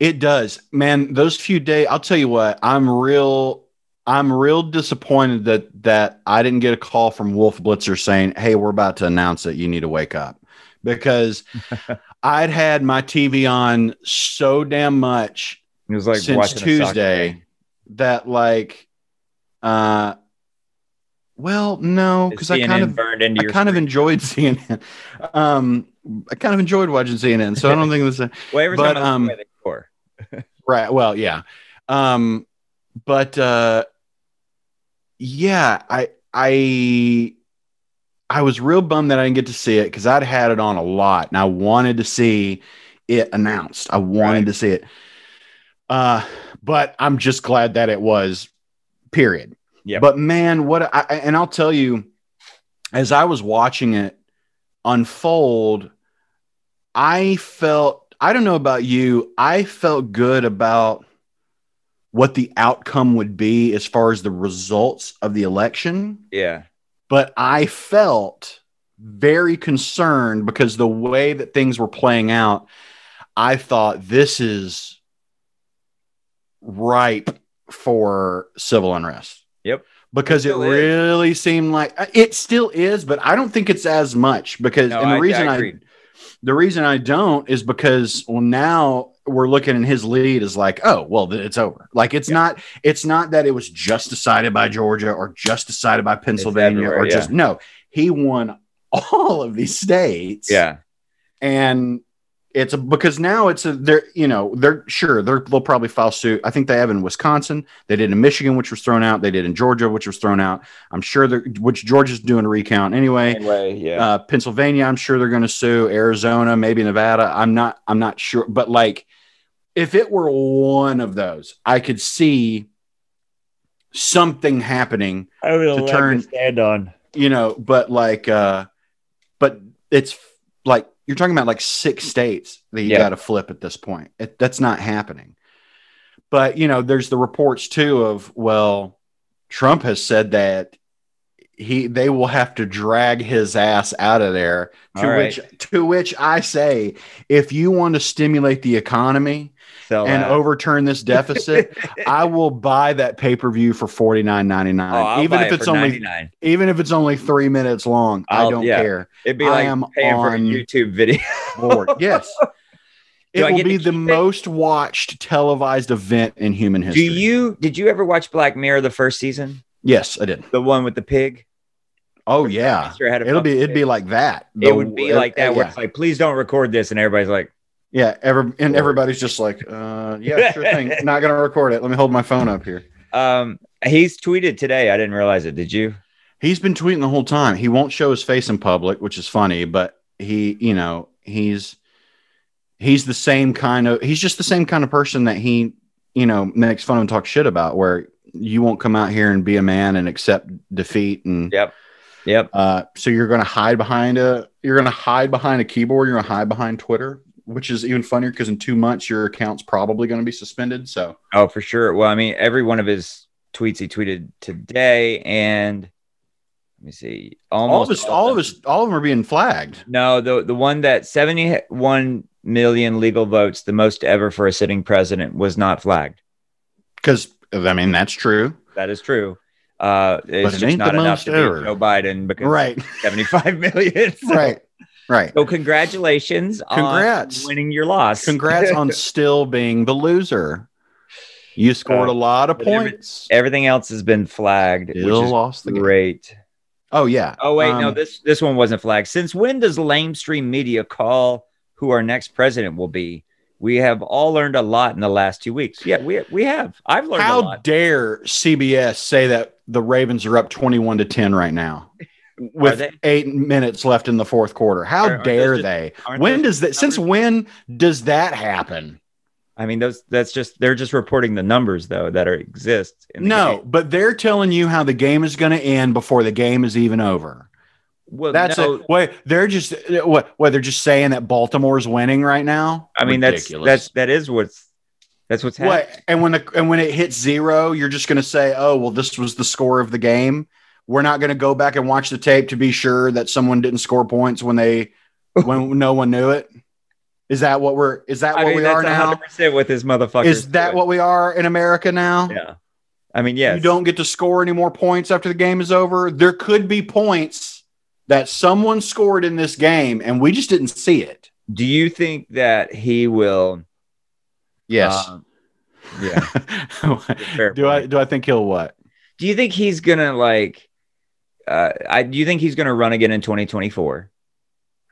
Speaker 3: it does, man. Those few days, I'll tell you what, I'm real, I'm real disappointed that that I didn't get a call from Wolf Blitzer saying, "Hey, we're about to announce it. You need to wake up," because (laughs) I'd had my TV on so damn much
Speaker 2: It was like
Speaker 3: since
Speaker 2: watching a soccer
Speaker 3: Tuesday
Speaker 2: game.
Speaker 3: that like uh well no because I
Speaker 2: CNN
Speaker 3: kind of
Speaker 2: burned into
Speaker 3: I
Speaker 2: your
Speaker 3: kind of
Speaker 2: screen.
Speaker 3: enjoyed (laughs) CNN. Um I kind of enjoyed watching CNN, so I don't think this
Speaker 2: (laughs) Well, every
Speaker 3: but,
Speaker 2: time I look
Speaker 3: um,
Speaker 2: away, they score.
Speaker 3: Right. Well, yeah. Um, but uh, yeah, I I I was real bummed that I didn't get to see it because I'd had it on a lot and I wanted to see it announced. I wanted
Speaker 2: Right.
Speaker 3: to see it. Uh, but I'm just glad that it was. Period.
Speaker 2: Yeah.
Speaker 3: But man, what I I- and I'll tell you, as I was watching it unfold, I felt I don't know about you, I felt good about what the outcome would be as far as the results of the election,
Speaker 2: Yeah.
Speaker 3: but I felt very concerned because the way that things were playing out, I thought this is ripe for civil unrest.
Speaker 2: Yep.
Speaker 3: Because
Speaker 2: It
Speaker 3: it,
Speaker 2: still is.
Speaker 3: really seemed like it still is, but I don't think it's as much because
Speaker 2: No,
Speaker 3: and the
Speaker 2: I- I
Speaker 3: reason I,
Speaker 2: agree.
Speaker 3: the reason I don't is because well now we're looking in his lead is like oh well th- it's over like it's
Speaker 2: Yeah.
Speaker 3: not it's not that it was just decided by Georgia or just decided by Pennsylvania or
Speaker 2: everywhere,
Speaker 3: just no he won all of these states
Speaker 2: Yeah.
Speaker 3: and it's a, because now it's a they're you know they're sure they're, they'll probably file suit i think they have in wisconsin they did in michigan which was thrown out they did in georgia which was thrown out i'm sure they're which georgia's doing a recount anyway
Speaker 2: Anyway, yeah.
Speaker 3: uh, Pennsylvania, I'm sure they're going to sue Arizona, maybe Nevada. I'm not, I'm not sure, but like, if it were one of those, I could see something happening,
Speaker 2: I would
Speaker 3: to elect to turn-
Speaker 2: stand on.
Speaker 3: you know. But like, uh, but it's f- like you're talking about like six states that you
Speaker 2: Yeah.
Speaker 3: got to flip at this point. It, that's not happening. But you know, there's the reports too of well, Trump has said that he they will have to drag his ass out of there to
Speaker 2: All right.
Speaker 3: which to which I say, if you want to stimulate the economy
Speaker 2: So uh,
Speaker 3: and overturn this
Speaker 2: (laughs)
Speaker 3: deficit,
Speaker 2: Oh,
Speaker 3: I will buy that pay per view for forty nine ninety nine, even if it's only
Speaker 2: 99.
Speaker 3: even if it's only three minutes long. I
Speaker 2: I'll-
Speaker 3: don't
Speaker 2: Oh, yeah.
Speaker 3: care.
Speaker 2: It'd be
Speaker 3: I
Speaker 2: like
Speaker 3: am
Speaker 2: paying for a
Speaker 3: on-
Speaker 2: YouTube video. (laughs)
Speaker 3: Lord, yes.
Speaker 2: Do
Speaker 3: It
Speaker 2: I
Speaker 3: will
Speaker 2: get to
Speaker 3: be
Speaker 2: keep
Speaker 3: the
Speaker 2: it?
Speaker 3: most watched televised event in human
Speaker 2: Do
Speaker 3: history.
Speaker 2: you did you ever watch Black Mirror the first season?
Speaker 3: Yes, I did.
Speaker 2: The one with the pig?
Speaker 3: Oh yeah,
Speaker 2: Sure had a
Speaker 3: it'll be
Speaker 2: fucking
Speaker 3: it'd be
Speaker 2: pig.
Speaker 3: like that. The- uh,
Speaker 2: it would be like that where
Speaker 3: Yeah,
Speaker 2: it's like please don't record this and everybody's like
Speaker 3: yeah. Every, and everybody's just like, uh, yeah,
Speaker 2: (laughs)
Speaker 3: sure thing. Not gonna record it. Let me hold my phone up here.
Speaker 2: um he's tweeted today. I didn't realize it. Did you?
Speaker 3: He's been tweeting the whole time. He won't show his face in public, which is funny, but he, you know, he's he's the same kind of he's just the same kind of person that he, you know, makes fun of and talks shit about where you won't come out here and be a man and accept defeat and
Speaker 2: Yep. Yep.
Speaker 3: uh so you're going to hide behind a you're going to hide behind a keyboard, you're going to hide behind Twitter, which is even funnier because in 2 months your account's probably going to be suspended, so
Speaker 2: Oh, for sure. Well, I mean, every one of his tweets he tweeted today, and let me see,
Speaker 3: all of
Speaker 2: almost
Speaker 3: us all of us all of them are being flagged.
Speaker 2: No, the the one that seventy one million legal votes, the most ever for a sitting president, was not flagged.
Speaker 3: Cuz I mean, that's true.
Speaker 2: That is true. Uh,
Speaker 3: it
Speaker 2: it's just
Speaker 3: ain't
Speaker 2: not
Speaker 3: the
Speaker 2: enough
Speaker 3: most
Speaker 2: to
Speaker 3: ever.
Speaker 2: beat Joe Biden because
Speaker 3: Right.
Speaker 2: seventy five (laughs) million.
Speaker 3: (laughs)
Speaker 2: So,
Speaker 3: right right
Speaker 2: So congratulations
Speaker 3: Congrats.
Speaker 2: on winning your loss.
Speaker 3: (laughs) congrats on still being the loser you scored
Speaker 2: Uh,
Speaker 3: a lot of
Speaker 2: but every-
Speaker 3: points
Speaker 2: Everything else has been flagged,
Speaker 3: still
Speaker 2: which
Speaker 3: lost
Speaker 2: is
Speaker 3: the game
Speaker 2: great.
Speaker 3: oh yeah
Speaker 2: Oh wait, no
Speaker 3: Um,
Speaker 2: this this one wasn't flagged. Since when does lamestream media call who our next president will be? We have all learned a lot in the last two weeks. Yeah, we we have. I've learned a
Speaker 3: how
Speaker 2: lot.
Speaker 3: dare cbs say that the ravens are up 21 to 10 right now
Speaker 2: Are
Speaker 3: with
Speaker 2: they-
Speaker 3: eight minutes left in the fourth quarter how
Speaker 2: Are- aren't those
Speaker 3: dare
Speaker 2: just-
Speaker 3: they
Speaker 2: aren't those
Speaker 3: when does that
Speaker 2: just
Speaker 3: since
Speaker 2: numbers?
Speaker 3: when does that happen
Speaker 2: I mean, those that's just they're just reporting the numbers though that are exist. in the
Speaker 3: no
Speaker 2: game.
Speaker 3: but they're telling you how the game is going to end before the game is even over
Speaker 2: well,
Speaker 3: that's
Speaker 2: that's
Speaker 3: it. Wait, they're just what? What they're just saying that Baltimore's winning right now?
Speaker 2: I mean, that's
Speaker 3: Ridiculous.
Speaker 2: that's that is what's that's what's happening.
Speaker 3: What and when the and when it hits zero, you're just going to say, "Oh, well, this was the score of the game." We're not going to go back and watch the tape to be sure that someone didn't score points when they when no one knew it. Is that what we're? Is that
Speaker 2: I
Speaker 3: what
Speaker 2: mean,
Speaker 3: we
Speaker 2: that's
Speaker 3: are now?
Speaker 2: percent with this motherfucker.
Speaker 3: Is that what we are in America now?
Speaker 2: Yeah. I mean, yes.
Speaker 3: You don't get to score any more points after the game is over. There could be points that someone scored in this game, and we just didn't see it.
Speaker 2: Do you think that he will? um, yeah. (laughs) fair
Speaker 3: Uh, do I? Do I think he'll what?
Speaker 2: Do you think he's gonna like? Uh, I do you think he's gonna run again in 2024,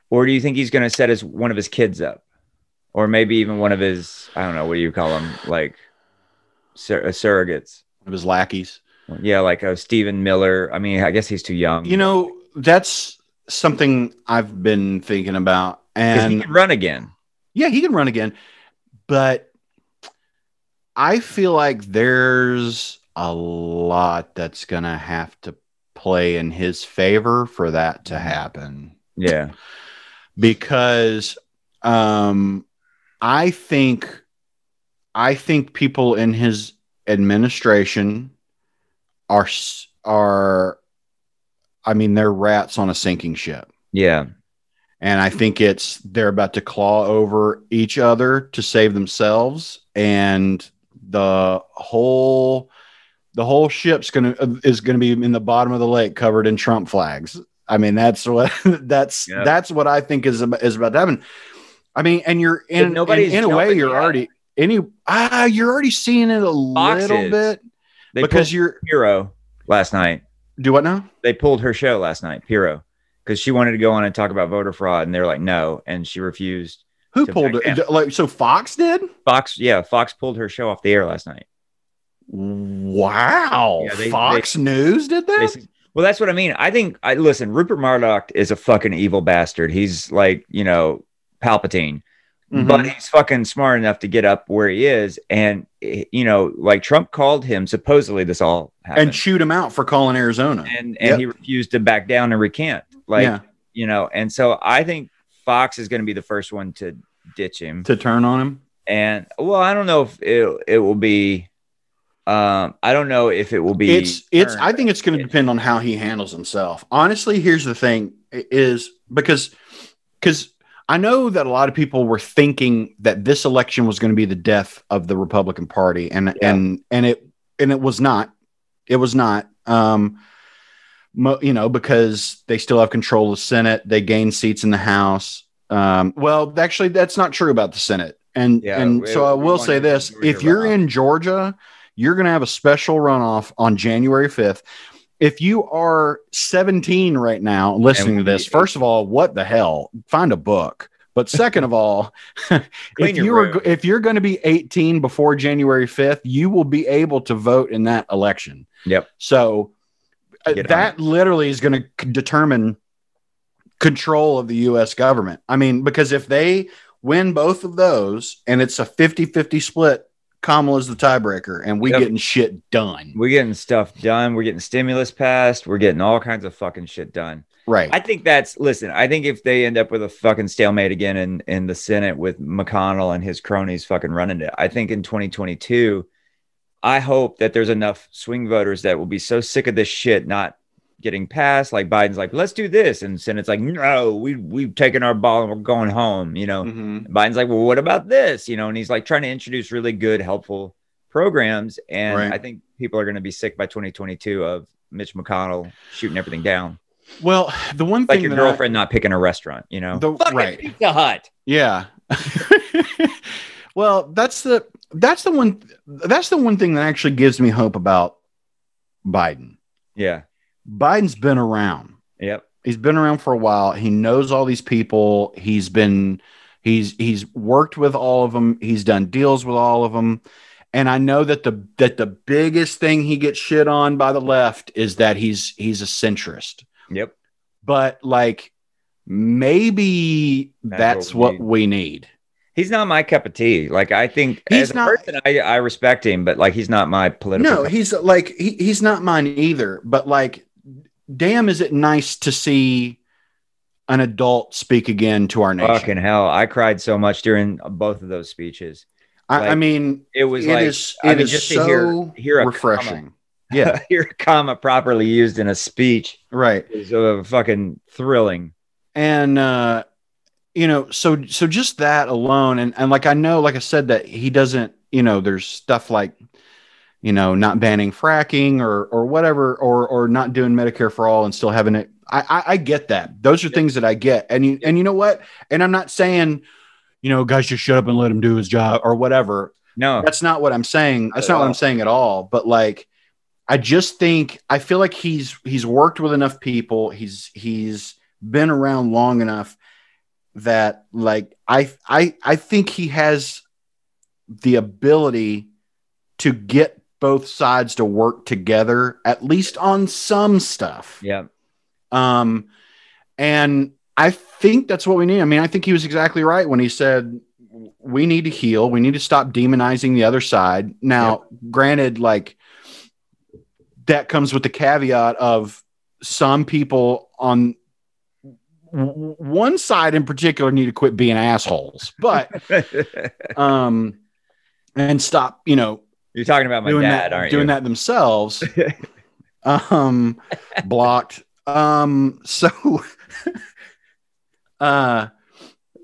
Speaker 2: or do you think he's gonna set his one of his kids up or maybe even one of his I don't know what do you call them like sur- uh, surrogates.
Speaker 3: One of his lackeys.
Speaker 2: Yeah, like oh Stephen Miller. I mean, I guess he's too young.
Speaker 3: You know, that's something I've been thinking about.
Speaker 2: 'Cause
Speaker 3: And
Speaker 2: he can run again.
Speaker 3: yeah, he can run again, but I feel like there's a lot that's gonna have to play in his favor for that to happen.
Speaker 2: Yeah,
Speaker 3: because um i think i think people in his administration are s- are i mean they're rats on a sinking ship
Speaker 2: yeah,
Speaker 3: and i think it's they're about to claw over each other to save themselves and the whole the whole ship's gonna is gonna be in the bottom of the lake covered in trump flags i mean that's what (laughs) that's
Speaker 2: Yeah.
Speaker 3: that's what i think is ab- is about to happen i mean and you're in and
Speaker 2: nobody's
Speaker 3: in a way
Speaker 2: jumping
Speaker 3: you're
Speaker 2: yet.
Speaker 3: already any ah you're already seeing it a little
Speaker 2: Boxes.
Speaker 3: bit
Speaker 2: they
Speaker 3: because
Speaker 2: pulled
Speaker 3: you're
Speaker 2: Piro last night.
Speaker 3: do what now
Speaker 2: They pulled her show last night, Piro, because she wanted to go on and talk about voter fraud, and they were like, no, and she refused.
Speaker 3: who
Speaker 2: To
Speaker 3: pulled
Speaker 2: back
Speaker 3: it like so fox did
Speaker 2: Fox, yeah, Fox pulled her show off the air last night.
Speaker 3: wow
Speaker 2: Yeah, they-
Speaker 3: fox news did that
Speaker 2: Basically- Well, that's what I mean. I think I listen. Rupert Murdoch is a fucking evil bastard. He's like you know Palpatine.
Speaker 3: Mhm.
Speaker 2: but he's fucking smart enough to get up where he is. And eh, you know, like Trump called him. Supposedly, this all happened,
Speaker 3: and shoot him out for calling Arizona.
Speaker 2: and, and
Speaker 3: Yep.
Speaker 2: he refused to back down and recant. Like
Speaker 3: yeah,
Speaker 2: you know, and so I think Fox is going to be the first one to ditch him.
Speaker 3: to turn on him.
Speaker 2: And well, I don't know if it it will be. Um, I don't know if it will be.
Speaker 3: It's it's. I
Speaker 2: turned.
Speaker 3: think it's going to
Speaker 2: Yeah.
Speaker 3: depend on how he handles himself. Honestly, here's the thing: i- is because because I know that a lot of people were thinking that this election was going to be the death of the Republican Party, and
Speaker 2: Yeah.
Speaker 3: and and it and it was not. It was not. Um, mo- you know, because they still have control of the Senate. They gain seats in the House. Um, well, actually, that's not true about the Senate. And
Speaker 2: Yeah,
Speaker 3: and
Speaker 2: we-
Speaker 3: so I
Speaker 2: we
Speaker 3: will
Speaker 2: want
Speaker 3: say
Speaker 2: to
Speaker 3: this:
Speaker 2: Georgia
Speaker 3: if you're
Speaker 2: runoff.
Speaker 3: in Georgia, you're going to have a special runoff on January 5th. If you are 17 right now listening to
Speaker 2: And we-
Speaker 3: this, first of all, what the hell? Find a book. But second of all, if
Speaker 2: Clean your
Speaker 3: you are
Speaker 2: room.
Speaker 3: if you're going to be 18 before January 5th, you will be able to vote in that election.
Speaker 2: Yep.
Speaker 3: So uh,
Speaker 2: Get on
Speaker 3: that literally is going to determine control of the US government. I mean, because if they win both of those and it's a 50-50 split, Kamala's the tiebreaker and we
Speaker 2: Yep.
Speaker 3: getting shit done.
Speaker 2: we're getting stuff done. We're getting stimulus passed. We're getting all kinds of fucking shit done.
Speaker 3: Right.
Speaker 2: I think that's listen. I think if they end up with a fucking stalemate again in in the Senate with McConnell and his cronies fucking running it, I think in 2022, I hope that there's enough swing voters that will be so sick of this shit not getting passed. Like Biden's like, let's do this, and Senate's like, no, we we've taken our ball and we're going home. You know,
Speaker 3: Mhm.
Speaker 2: Biden's like, well, what about this? You know, and he's like trying to introduce really good, helpful programs, and
Speaker 3: Right.
Speaker 2: I think people are going to be sick by 2022 of Mitch McConnell shooting everything down
Speaker 3: Well, the one
Speaker 2: like
Speaker 3: thing
Speaker 2: your
Speaker 3: that I-
Speaker 2: girlfriend not picking a restaurant, you know?
Speaker 3: the,
Speaker 2: Fucking
Speaker 3: right.
Speaker 2: Pizza Hut.
Speaker 3: Yeah. well, that's the that's the one that's the one thing that actually gives me hope about Biden.
Speaker 2: Yeah.
Speaker 3: Biden's been around.
Speaker 2: Yep.
Speaker 3: He's been around for a while. He knows all these people. He's been he's he's worked with all of them. He's done deals with all of them. And I know that the that the biggest thing he gets shit on by the left is that he's he's a centrist
Speaker 2: Yep.
Speaker 3: but like maybe that's, what, we, need.
Speaker 2: He's not my cup of tea. Like I think
Speaker 3: He's
Speaker 2: as a
Speaker 3: not-
Speaker 2: person, I, I respect him, but like he's not my political.
Speaker 3: No, he's like he, he's not mine either. But like, damn, is it nice to see an adult speak again to our nation?
Speaker 2: fucking hell. I cried so much during both of those speeches.
Speaker 3: I, I
Speaker 2: like,
Speaker 3: mean,
Speaker 2: It was
Speaker 3: it
Speaker 2: like
Speaker 3: is
Speaker 2: I
Speaker 3: it
Speaker 2: mean,
Speaker 3: is
Speaker 2: just to
Speaker 3: so
Speaker 2: hear- hear a
Speaker 3: refreshing.
Speaker 2: yeah, (laughs) hear a comma properly used in a speech
Speaker 3: Right,
Speaker 2: is uh, fucking thrilling.
Speaker 3: and uh, you know, so so just that alone, and and like I know, like I said, that he doesn't. You know, there's stuff like you know, not banning fracking or or whatever, or or not doing Medicare for all and still having it. I I, I get that. Those are things that I get, and you and you know what? And I'm not saying, you know, guys, just shut up and let him do his job or whatever.
Speaker 2: No,
Speaker 3: That's not what I'm saying. That's not what I'm saying at all. But like, I just think I feel like he's he's worked with enough people. He's he's been around long enough. that like I I I think he has the ability to get both sides to work together at least on some stuff.
Speaker 2: Yeah.
Speaker 3: Um, and I think that's what we need. I mean, I think he was exactly right when he said we need to heal. We need to stop demonizing the other side. Now, granted, like that comes with the caveat of some people on w- one side in particular need to quit being assholes, but um, and stop, you know,
Speaker 2: (laughs) You're talking about my
Speaker 3: doing
Speaker 2: dad,
Speaker 3: that,
Speaker 2: aren't
Speaker 3: doing
Speaker 2: you? (laughs)
Speaker 3: that themselves. um, blocked. Um, so, (laughs) uh,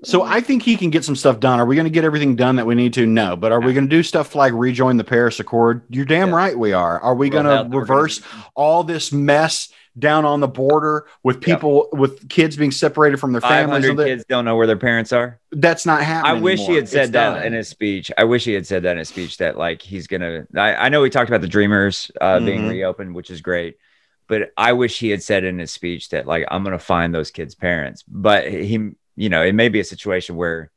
Speaker 3: so I think he can get some stuff done. Are we going to get everything done that we need to? No, but are we going to do stuff like rejoin the Paris Accord? You're damn
Speaker 2: Yeah.
Speaker 3: right we are. Are we
Speaker 2: Well,
Speaker 3: going
Speaker 2: now
Speaker 3: to
Speaker 2: that we're
Speaker 3: reverse all this mess down on the border with
Speaker 2: Yeah.
Speaker 3: people with kids being separated from their families?
Speaker 2: 500
Speaker 3: and that-
Speaker 2: kids don't know where their parents are.
Speaker 3: That's not happening.
Speaker 2: I wish he
Speaker 3: anymore.
Speaker 2: had said
Speaker 3: It's
Speaker 2: that
Speaker 3: done.
Speaker 2: in his speech. I wish he had said that in his speech that like he's gonna. I, I know he talked about the Dreamers uh, being
Speaker 3: Mhm.
Speaker 2: reopened, which is great, but I wish he had said in his speech that like I'm gonna find those kids' parents. But he, you know, it may be a situation where,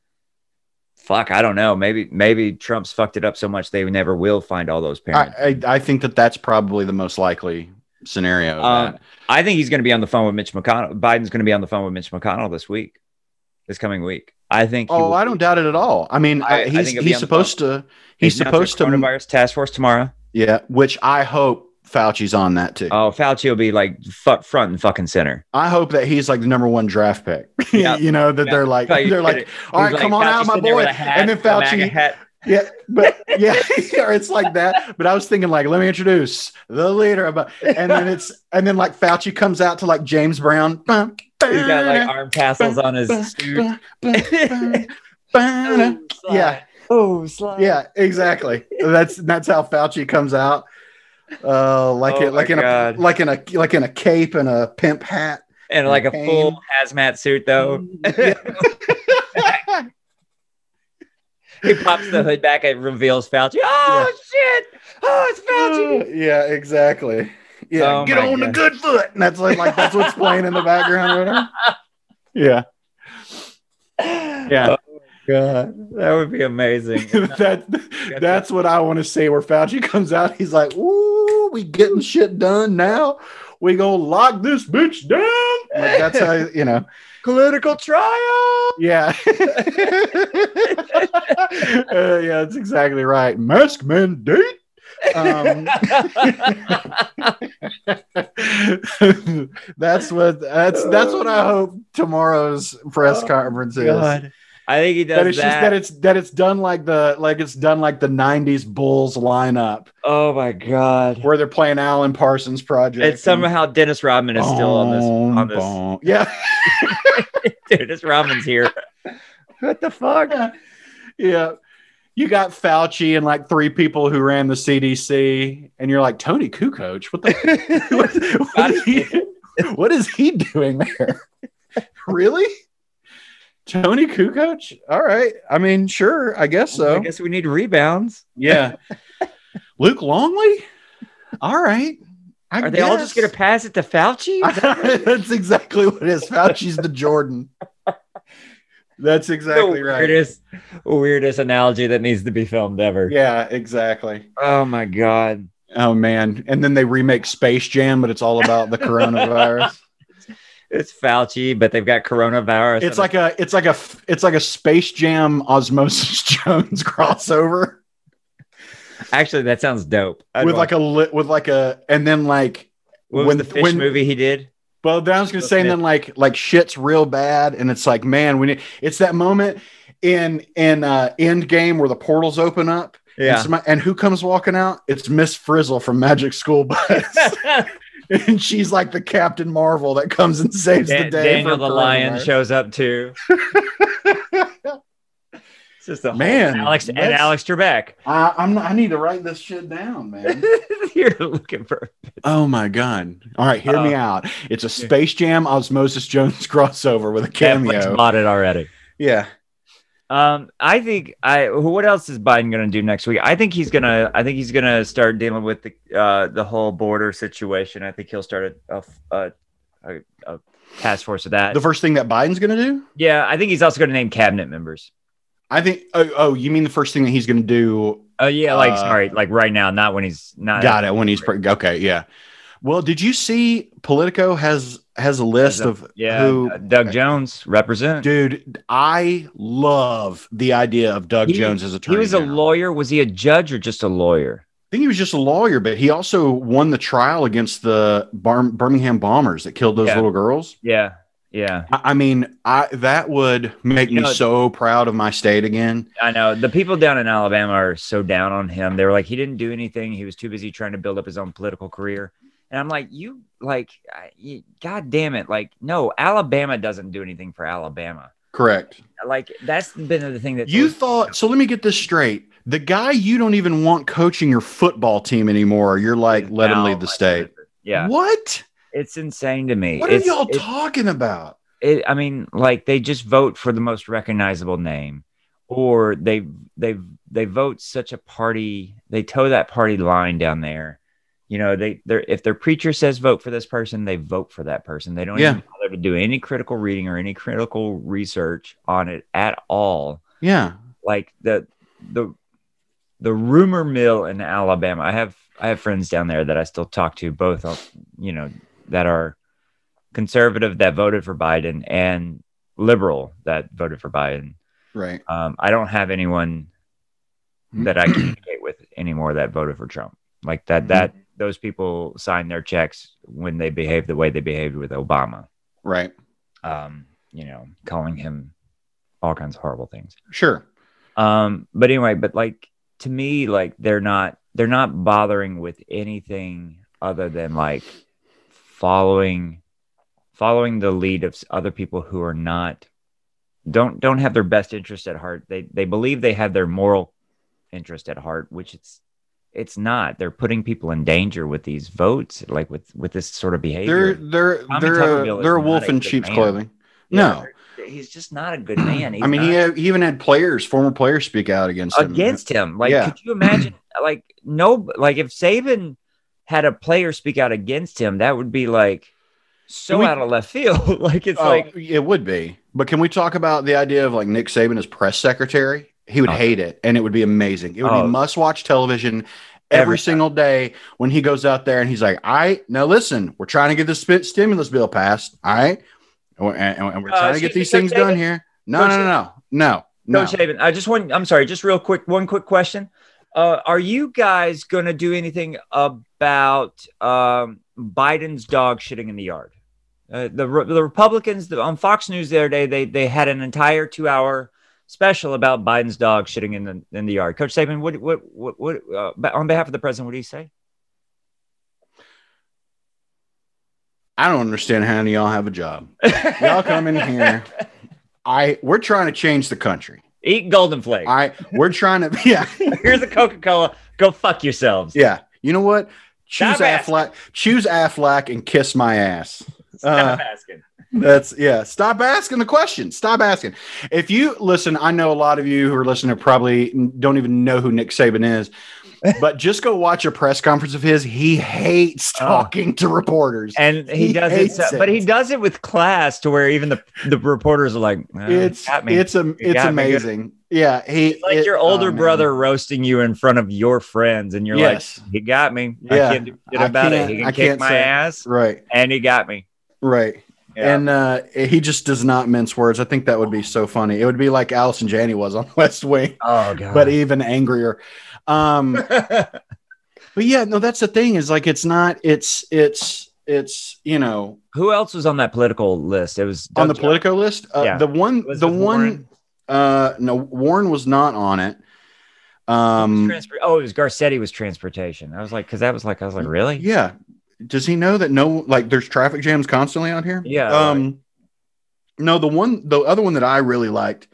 Speaker 2: fuck, I don't know. Maybe maybe Trump's fucked it up so much they never will find all those parents.
Speaker 3: I, I, I think that that's probably the most likely scenario. of
Speaker 2: Um,
Speaker 3: that.
Speaker 2: I, think he's gonna be on the phone with Mitch McConnell. Biden's gonna be on the phone with Mitch McConnell this week, this coming week. I think. he
Speaker 3: Oh,
Speaker 2: will-
Speaker 3: I don't doubt it at all. I mean,
Speaker 2: I- I
Speaker 3: I, he's
Speaker 2: think it'll be on
Speaker 3: he's
Speaker 2: the
Speaker 3: supposed to he's
Speaker 2: announced a
Speaker 3: supposed to
Speaker 2: coronavirus task force tomorrow.
Speaker 3: yeah, which I hope Fauci's on that too.
Speaker 2: Oh, Fauci will be like fu- front and fucking center.
Speaker 3: I hope that he's like the number one draft pick. (laughs)
Speaker 2: Yeah.
Speaker 3: you know that
Speaker 2: Yeah.
Speaker 3: (laughs) they're like
Speaker 2: Like,
Speaker 3: they're like,
Speaker 2: he's
Speaker 3: all right,
Speaker 2: like,
Speaker 3: come on
Speaker 2: Fauci's
Speaker 3: out, my
Speaker 2: sitting there
Speaker 3: boy,
Speaker 2: with a hat,
Speaker 3: and then
Speaker 2: a MAGA
Speaker 3: Fauci,
Speaker 2: hat.
Speaker 3: yeah, but (laughs) yeah, or it's like that. But I was thinking like, let me introduce the leader, but and then it's and then like Fauci comes out to like James Brown.
Speaker 2: He's got like arm tassels on his suit.
Speaker 3: yeah.
Speaker 2: Oh, slide.
Speaker 3: Yeah, exactly. That's that's how Fauci comes out. Uh, like
Speaker 2: Oh
Speaker 3: it, like
Speaker 2: my
Speaker 3: in
Speaker 2: God.
Speaker 3: a like in a like in a cape and a pimp hat.
Speaker 2: And like a full hazmat suit though. He pops the hood back and reveals Fauci. Oh shit! (laughs) Oh, it's Fauci.
Speaker 3: Uh, yeah, exactly. Yeah,
Speaker 2: Oh
Speaker 3: get
Speaker 2: my
Speaker 3: on the
Speaker 2: God.
Speaker 3: good foot. And that's like, like that's what's playing in the background.
Speaker 2: (laughs)
Speaker 3: Right now. Yeah, yeah.
Speaker 2: Oh God, that would be amazing.
Speaker 3: (laughs) that that's what I want to see. Where Fauci comes out, he's like, "Ooh, we getting shit done now. We gonna lock this bitch down." Like
Speaker 2: (laughs)
Speaker 3: that's how you know.
Speaker 2: Clinical trial.
Speaker 3: Yeah. (laughs) Uh, yeah, that's exactly right. Mask mandate. Um, (laughs) that's what that's that's what I hope tomorrow's press
Speaker 2: Oh,
Speaker 3: conference is.
Speaker 2: I think he does
Speaker 3: That it's
Speaker 2: that.
Speaker 3: just that it's that it's done like the like it's done like the '90s Bulls lineup
Speaker 2: oh my god.
Speaker 3: where they're playing Alan Parsons Project.
Speaker 2: And somehow Dennis Rodman (laughs) is still on this. On this.
Speaker 3: Yeah, (laughs) Oh.
Speaker 2: (laughs) Dennis Rodman's here. what the fuck?
Speaker 3: yeah. You got Fauci and like three people who ran the CDC, and you're like Tony Kukoc. What the
Speaker 2: (laughs)
Speaker 3: what, what, is he, what is he doing there? (laughs) really? Tony Kukoc? All right. I mean, sure. I guess so.
Speaker 2: I guess we need rebounds.
Speaker 3: Yeah. (laughs) Luke Longley? All right. I
Speaker 2: Are they all just
Speaker 3: guess.
Speaker 2: gonna pass it to Fauci?
Speaker 3: (laughs) That's exactly what it is. Fauci's the Jordan. That's exactly
Speaker 2: the
Speaker 3: right.
Speaker 2: weirdest, weirdest analogy that needs to be filmed ever.
Speaker 3: Yeah, exactly.
Speaker 2: Oh my god.
Speaker 3: Oh man. And then they remake Space Jam, but it's all about
Speaker 2: (laughs)
Speaker 3: the coronavirus.
Speaker 2: It's Fauci, but they've got coronavirus.
Speaker 3: it's like a it's like a it's like a Space Jam Osmosis (laughs) Jones crossover
Speaker 2: actually that sounds dope. I'd
Speaker 3: with
Speaker 2: watch-
Speaker 3: like a li- with like a and then like
Speaker 2: what
Speaker 3: when-
Speaker 2: was the fish
Speaker 3: when-
Speaker 2: movie he did?
Speaker 3: Well, then I was gonna say, and then like like shit's real bad, and it's like, man, we need it's that moment in in uh end game where the portals open up. And,
Speaker 2: Yeah.
Speaker 3: somebody- and who comes walking out? It's Miss Frizzle from Magic School
Speaker 2: (laughs)
Speaker 3: Bus. (laughs) and she's like the Captain Marvel that comes and saves
Speaker 2: Da-
Speaker 3: the day.
Speaker 2: Daniel
Speaker 3: for
Speaker 2: the Lion
Speaker 3: coronavirus.
Speaker 2: shows up
Speaker 3: (laughs)
Speaker 2: too. it's just the
Speaker 3: Man,
Speaker 2: Alex and
Speaker 3: that's-
Speaker 2: Alex Trebek. (laughs)
Speaker 3: I, I'm not, I need to write this shit down, man.
Speaker 2: You're looking for
Speaker 3: oh my god! All right, hear
Speaker 2: Uh,
Speaker 3: me out. It's a Space Jam Osmosis Jones (laughs) crossover with a
Speaker 2: Netflix
Speaker 3: cameo.
Speaker 2: bought it already.
Speaker 3: Yeah.
Speaker 2: Um, I think I. What else is Biden going to do next week? I think he's gonna. I think he's gonna start dealing with the uh, the whole border situation. I think he'll start a, a, a a, a task force of that.
Speaker 3: The first thing that Biden's going to do?
Speaker 2: yeah, I think he's also going to name cabinet members.
Speaker 3: I think. Oh, oh, you mean the first thing that he's going to do?
Speaker 2: Oh yeah, like
Speaker 3: Uh,
Speaker 2: sorry, like right now, not when he's not.
Speaker 3: got it. When he's pre- okay, yeah. Well, did you see Politico has has a list of
Speaker 2: Yeah, uh,
Speaker 3: who?
Speaker 2: Doug Jones represent.
Speaker 3: Dude, I love the idea of Doug
Speaker 2: He-
Speaker 3: Jones as
Speaker 2: he
Speaker 3: attorney.
Speaker 2: was a
Speaker 3: general.
Speaker 2: lawyer. Was he a judge or just a lawyer?
Speaker 3: I think he was just a lawyer, but he also won the trial against the Bar- Birmingham bombers that killed those
Speaker 2: Yeah.
Speaker 3: little girls.
Speaker 2: Yeah, yeah.
Speaker 3: I, I mean, I that would make
Speaker 2: You
Speaker 3: me
Speaker 2: know-
Speaker 3: so proud of my state again.
Speaker 2: I know the people down in Alabama are so down on him. They were like, he didn't do anything. He was too busy trying to build up his own political career. And I'm like, you like, I- you, god damn it! Like, no, Alabama doesn't do anything for Alabama.
Speaker 3: Correct.
Speaker 2: Like, that's been the thing that
Speaker 3: You thought so? Let me get this straight. The guy you don't even want coaching your football team anymore. You're like, let him
Speaker 2: Now,
Speaker 3: leave the
Speaker 2: like,
Speaker 3: state.
Speaker 2: Yeah,
Speaker 3: What?
Speaker 2: it's insane to me.
Speaker 3: What
Speaker 2: it's,
Speaker 3: are y'all
Speaker 2: it's-
Speaker 3: talking about?
Speaker 2: it, I mean, like they just vote for the most recognizable name, or they they they vote such a party. They toe that party line down there. You know, they they're if their preacher says vote for this person, they vote for that person. They don't
Speaker 3: Yeah.
Speaker 2: even bother to do any critical reading or any critical research on it at all.
Speaker 3: Yeah.
Speaker 2: Like the the the rumor mill in Alabama. I have I have friends down there that I still talk to, both on- you know that are conservative that voted for Biden and liberal that voted for Biden.
Speaker 3: Right.
Speaker 2: Um, I don't have anyone that I communicate with anymore that voted for Trump. Like
Speaker 3: Mm-hmm.
Speaker 2: that that those people sign their checks when they behave the way they behaved with Obama.
Speaker 3: Right.
Speaker 2: Um, you know, calling him all kinds of horrible things
Speaker 3: Sure.
Speaker 2: um but anyway but like to me like they're not they're not bothering with anything other than like following following the lead of s- other people who are not don't don't have their best interest at heart they they believe they have their moral interest at heart which it's it's not they're putting people in danger with these votes like with with this sort of behavior
Speaker 3: They're they're
Speaker 2: Tommy
Speaker 3: they're
Speaker 2: Tuberville
Speaker 3: a,
Speaker 2: is
Speaker 3: they're a
Speaker 2: not
Speaker 3: wolf
Speaker 2: a
Speaker 3: in
Speaker 2: good
Speaker 3: sheep's
Speaker 2: man.
Speaker 3: clothing.
Speaker 2: Yeah,
Speaker 3: No.
Speaker 2: they're- he's just not a good
Speaker 3: (clears throat)
Speaker 2: man He's
Speaker 3: I mean,
Speaker 2: not-
Speaker 3: he, had, he even had players, former players, speak out against him.
Speaker 2: against him. Like,
Speaker 3: Yeah.
Speaker 2: could you
Speaker 3: (clears throat)
Speaker 2: imagine? Like, no, like if Saban had a player speak out against him, that would be like so
Speaker 3: Can we-
Speaker 2: out of left field. (laughs) like, it's
Speaker 3: Oh,
Speaker 2: like
Speaker 3: it would be. But can we talk about the idea of like Nick Saban as press secretary? He would
Speaker 2: Oh.
Speaker 3: hate it, and it would be amazing. It would
Speaker 2: Oh.
Speaker 3: be must-watch television every,
Speaker 2: Every time.
Speaker 3: single day when he goes out there and he's like, "All right, now listen, we're trying to get this sp- stimulus bill passed. All right, and, we're- and- and we're
Speaker 2: Uh,
Speaker 3: trying to get
Speaker 2: excuse me,
Speaker 3: these things
Speaker 2: Coach
Speaker 3: done
Speaker 2: Saban?
Speaker 3: here." No,
Speaker 2: Coach
Speaker 3: no, no, no, no,
Speaker 2: Coach Saban. I just want. I'm sorry. Just real quick. One quick question. Uh, are you guys gonna do anything about um, Biden's dog shitting in the yard? Uh, the Re- the Republicans the, on Fox News the other day they they had an entire two hour special about Biden's dog shitting in the in the yard. Coach Saban, what what what, what uh, ba- on behalf of the president, what do you say?
Speaker 3: I don't understand how any of y'all have a job. Y'all come in here. I we're trying to change the country.
Speaker 2: (laughs) Eat golden flakes.
Speaker 3: All right, we're trying to (laughs) yeah.
Speaker 2: Here's a Coca Cola. Go fuck yourselves.
Speaker 3: Yeah. You know what? Choose
Speaker 2: Stop asking.
Speaker 3: Affleck. Choose Affleck and kiss my ass.
Speaker 2: Stop
Speaker 3: Uh,
Speaker 2: asking.
Speaker 3: That's yeah. Stop asking the question. Stop asking. If you listen, I know a lot of you who are listening probably don't even know who Nick
Speaker 2: (laughs)
Speaker 3: Saban is, but just go watch a press conference of his. He hates
Speaker 2: Oh.
Speaker 3: talking to reporters.
Speaker 2: and he,
Speaker 3: He
Speaker 2: does it,
Speaker 3: hates
Speaker 2: so,
Speaker 3: it.
Speaker 2: but he does it with class to where even the, the reporters are like "Uh,
Speaker 3: it's
Speaker 2: got me."
Speaker 3: it's a, it's
Speaker 2: got me good.
Speaker 3: amazing. Yeah, he
Speaker 2: It's like
Speaker 3: it-
Speaker 2: your
Speaker 3: oh,
Speaker 2: older
Speaker 3: man.
Speaker 2: brother roasting you in front of your friends and you're
Speaker 3: Yes.
Speaker 2: like he got me
Speaker 3: Yeah.
Speaker 2: i can't do shit
Speaker 3: I
Speaker 2: about it
Speaker 3: can't-
Speaker 2: he can
Speaker 3: I
Speaker 2: kick
Speaker 3: can't
Speaker 2: my
Speaker 3: say-
Speaker 2: ass
Speaker 3: Right.
Speaker 2: and he got me
Speaker 3: Right.
Speaker 2: Yeah.
Speaker 3: And uh, he just does not mince words. I think that would be so funny. It would be like Allison Janney was on (laughs) West Wing,
Speaker 2: oh god
Speaker 3: but even angrier.
Speaker 2: (laughs)
Speaker 3: Um, but yeah, no, that's the thing is like it's not. It's it's it's you know
Speaker 2: who else was on that political list it was
Speaker 3: on the
Speaker 2: Doug Jones.
Speaker 3: Politico list. Uh,
Speaker 2: Yeah.
Speaker 3: The one,
Speaker 2: Elizabeth
Speaker 3: the one.
Speaker 2: Warren.
Speaker 3: Uh, no, Warren was not on it.
Speaker 2: Who was
Speaker 3: Um,
Speaker 2: transpor- oh it was garcetti was transportation i was like because that was like i was like really
Speaker 3: yeah. Does he know that no like there's traffic jams constantly out here?
Speaker 2: Yeah,
Speaker 3: Um no, the one the other one that I really liked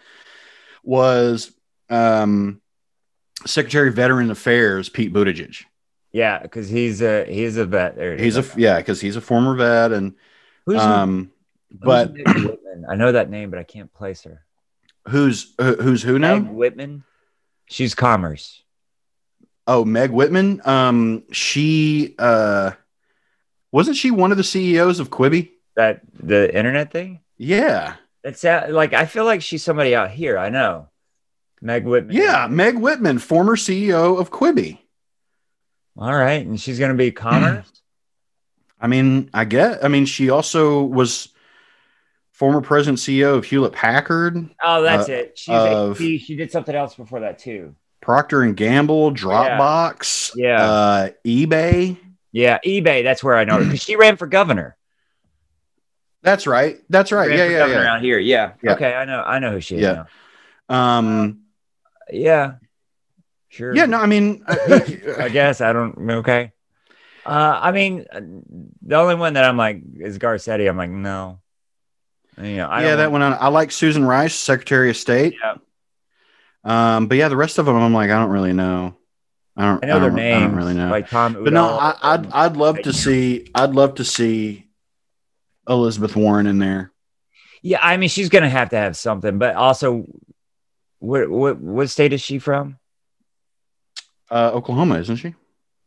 Speaker 3: was um Secretary of Veteran Affairs Pete Buttigieg.
Speaker 2: yeah because he's a he's a vet there it
Speaker 3: He's a
Speaker 2: is.
Speaker 3: yeah, because he's a former vet and
Speaker 2: who's
Speaker 3: um
Speaker 2: who's
Speaker 3: but
Speaker 2: Meg Whitman? i know that name but i can't place her
Speaker 3: who's who, who's who now?
Speaker 2: Meg Whitman. She's commerce.
Speaker 3: Oh, Meg Whitman. Um she uh wasn't she one of the CEOs of Quibi?
Speaker 2: that the internet thing?
Speaker 3: Yeah.
Speaker 2: It's like I feel like she's somebody out here. I know. Meg Whitman.
Speaker 3: Yeah. Meg Whitman, former CEO of Quibi.
Speaker 2: All right, and she's going to be
Speaker 3: (clears throat)
Speaker 2: commerce.
Speaker 3: I mean, I get. I mean, she also was former president CEO of Hewlett Packard,
Speaker 2: oh, that's it. She's
Speaker 3: Uh, of-
Speaker 2: she, she did something else before that too.
Speaker 3: Procter and Gamble, Dropbox,
Speaker 2: Yeah.
Speaker 3: uh, eBay.
Speaker 2: Yeah, eBay. That's where I know her because she ran for governor.
Speaker 3: That's right. That's right.
Speaker 2: Ran
Speaker 3: Yeah,
Speaker 2: for
Speaker 3: yeah,
Speaker 2: governor
Speaker 3: yeah.
Speaker 2: Out here, yeah.
Speaker 3: Yeah.
Speaker 2: Okay, I know. I know who she is.
Speaker 3: Yeah.
Speaker 2: now.
Speaker 3: Um,
Speaker 2: Yeah. Sure.
Speaker 3: yeah. No, I mean, uh,
Speaker 2: (laughs) I guess I don't. Okay. Uh, I mean, uh, the only one that I'm like is Garcetti. I'm like, no. You know, I
Speaker 3: yeah,
Speaker 2: don't
Speaker 3: that one. I, I like Susan Rice, Secretary of State.
Speaker 2: Yeah.
Speaker 3: Um, but yeah, the rest of them, I'm like, I don't really know. I don't.
Speaker 2: I know their
Speaker 3: don't-
Speaker 2: names.
Speaker 3: I don't really know.
Speaker 2: Like Tom.
Speaker 3: but no,
Speaker 2: Udall
Speaker 3: I, I'd
Speaker 2: and-
Speaker 3: I'd love to see. I'd love to see Elizabeth Warren in there.
Speaker 2: yeah, I mean, she's gonna have to have something. But also, what what what state is she from?
Speaker 3: Uh, Oklahoma, isn't she?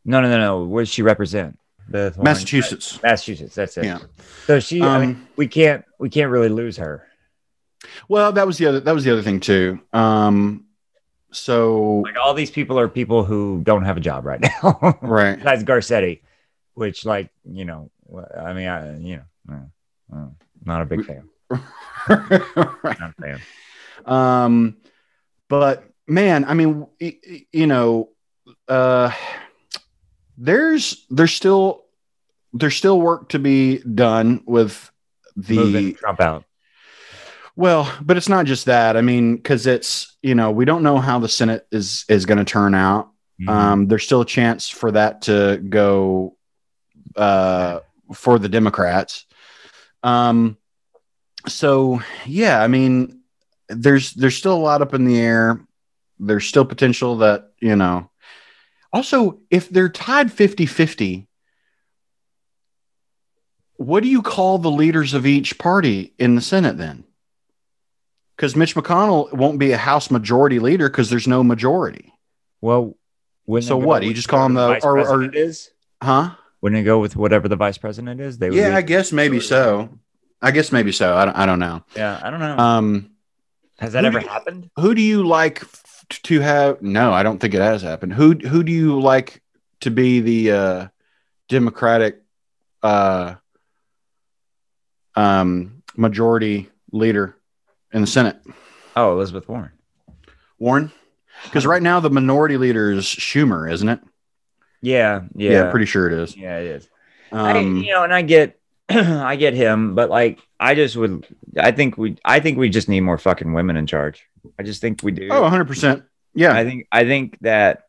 Speaker 2: No, no, no, no. Where does she represent? The
Speaker 3: Massachusetts.
Speaker 2: Massachusetts. That's it.
Speaker 3: Yeah.
Speaker 2: So she. I mean,
Speaker 3: Um,
Speaker 2: we can't. We can't really lose her.
Speaker 3: well, that was the other. That was the other thing too. Um, so
Speaker 2: Like all these people are people who don't have a job right now. (laughs)
Speaker 3: right.
Speaker 2: besides Garcetti, which like you know, wh- I mean, I you know, uh, uh, not a big fan.
Speaker 3: right. (laughs)
Speaker 2: Not a fan.
Speaker 3: Um, but man, I mean, y- y- you know, uh, there's there's still there's still work to be done with the
Speaker 2: Moving Trump out.
Speaker 3: well, but it's not just that. I mean, because it's you know we don't know how the Senate is is going to turn out.
Speaker 2: Mhm.
Speaker 3: Um, there's still a chance for that to go uh, for the Democrats. Um, so yeah, I mean, there's there's still a lot up in the air. There's still potential that you know. Also, if they're tied 50-50, what do you call the leaders of each party in the Senate then? Because Mitch McConnell won't be a House majority leader because there's no majority.
Speaker 2: well, wouldn't
Speaker 3: so
Speaker 2: it go
Speaker 3: what, you
Speaker 2: with
Speaker 3: just call him
Speaker 2: whoever
Speaker 3: the-
Speaker 2: vice
Speaker 3: or- or-
Speaker 2: president is?
Speaker 3: Huh?
Speaker 2: Wouldn't it go with whatever the vice president is? They would
Speaker 3: Yeah,
Speaker 2: be-
Speaker 3: I guess maybe so. I guess maybe so. I don't, I don't know.
Speaker 2: yeah. I don't know.
Speaker 3: Um,
Speaker 2: Has that
Speaker 3: who
Speaker 2: ever
Speaker 3: do you-
Speaker 2: happened?
Speaker 3: who do you like f- to have? No, I don't think it has happened. Who who do you like to be the uh, Democratic uh, um, majority leader in the Senate?
Speaker 2: Oh, Elizabeth Warren.
Speaker 3: Warren, because right now the minority leader is Schumer, isn't it?
Speaker 2: Yeah, yeah,
Speaker 3: pretty sure it is.
Speaker 2: yeah, it is. I,
Speaker 3: Um,
Speaker 2: you know, and I get, (clears throat) I get him, but like, I just would, I think we, I think we just need more fucking women in charge. I just think we do.
Speaker 3: oh, 100 percent. Yeah,
Speaker 2: I think I think that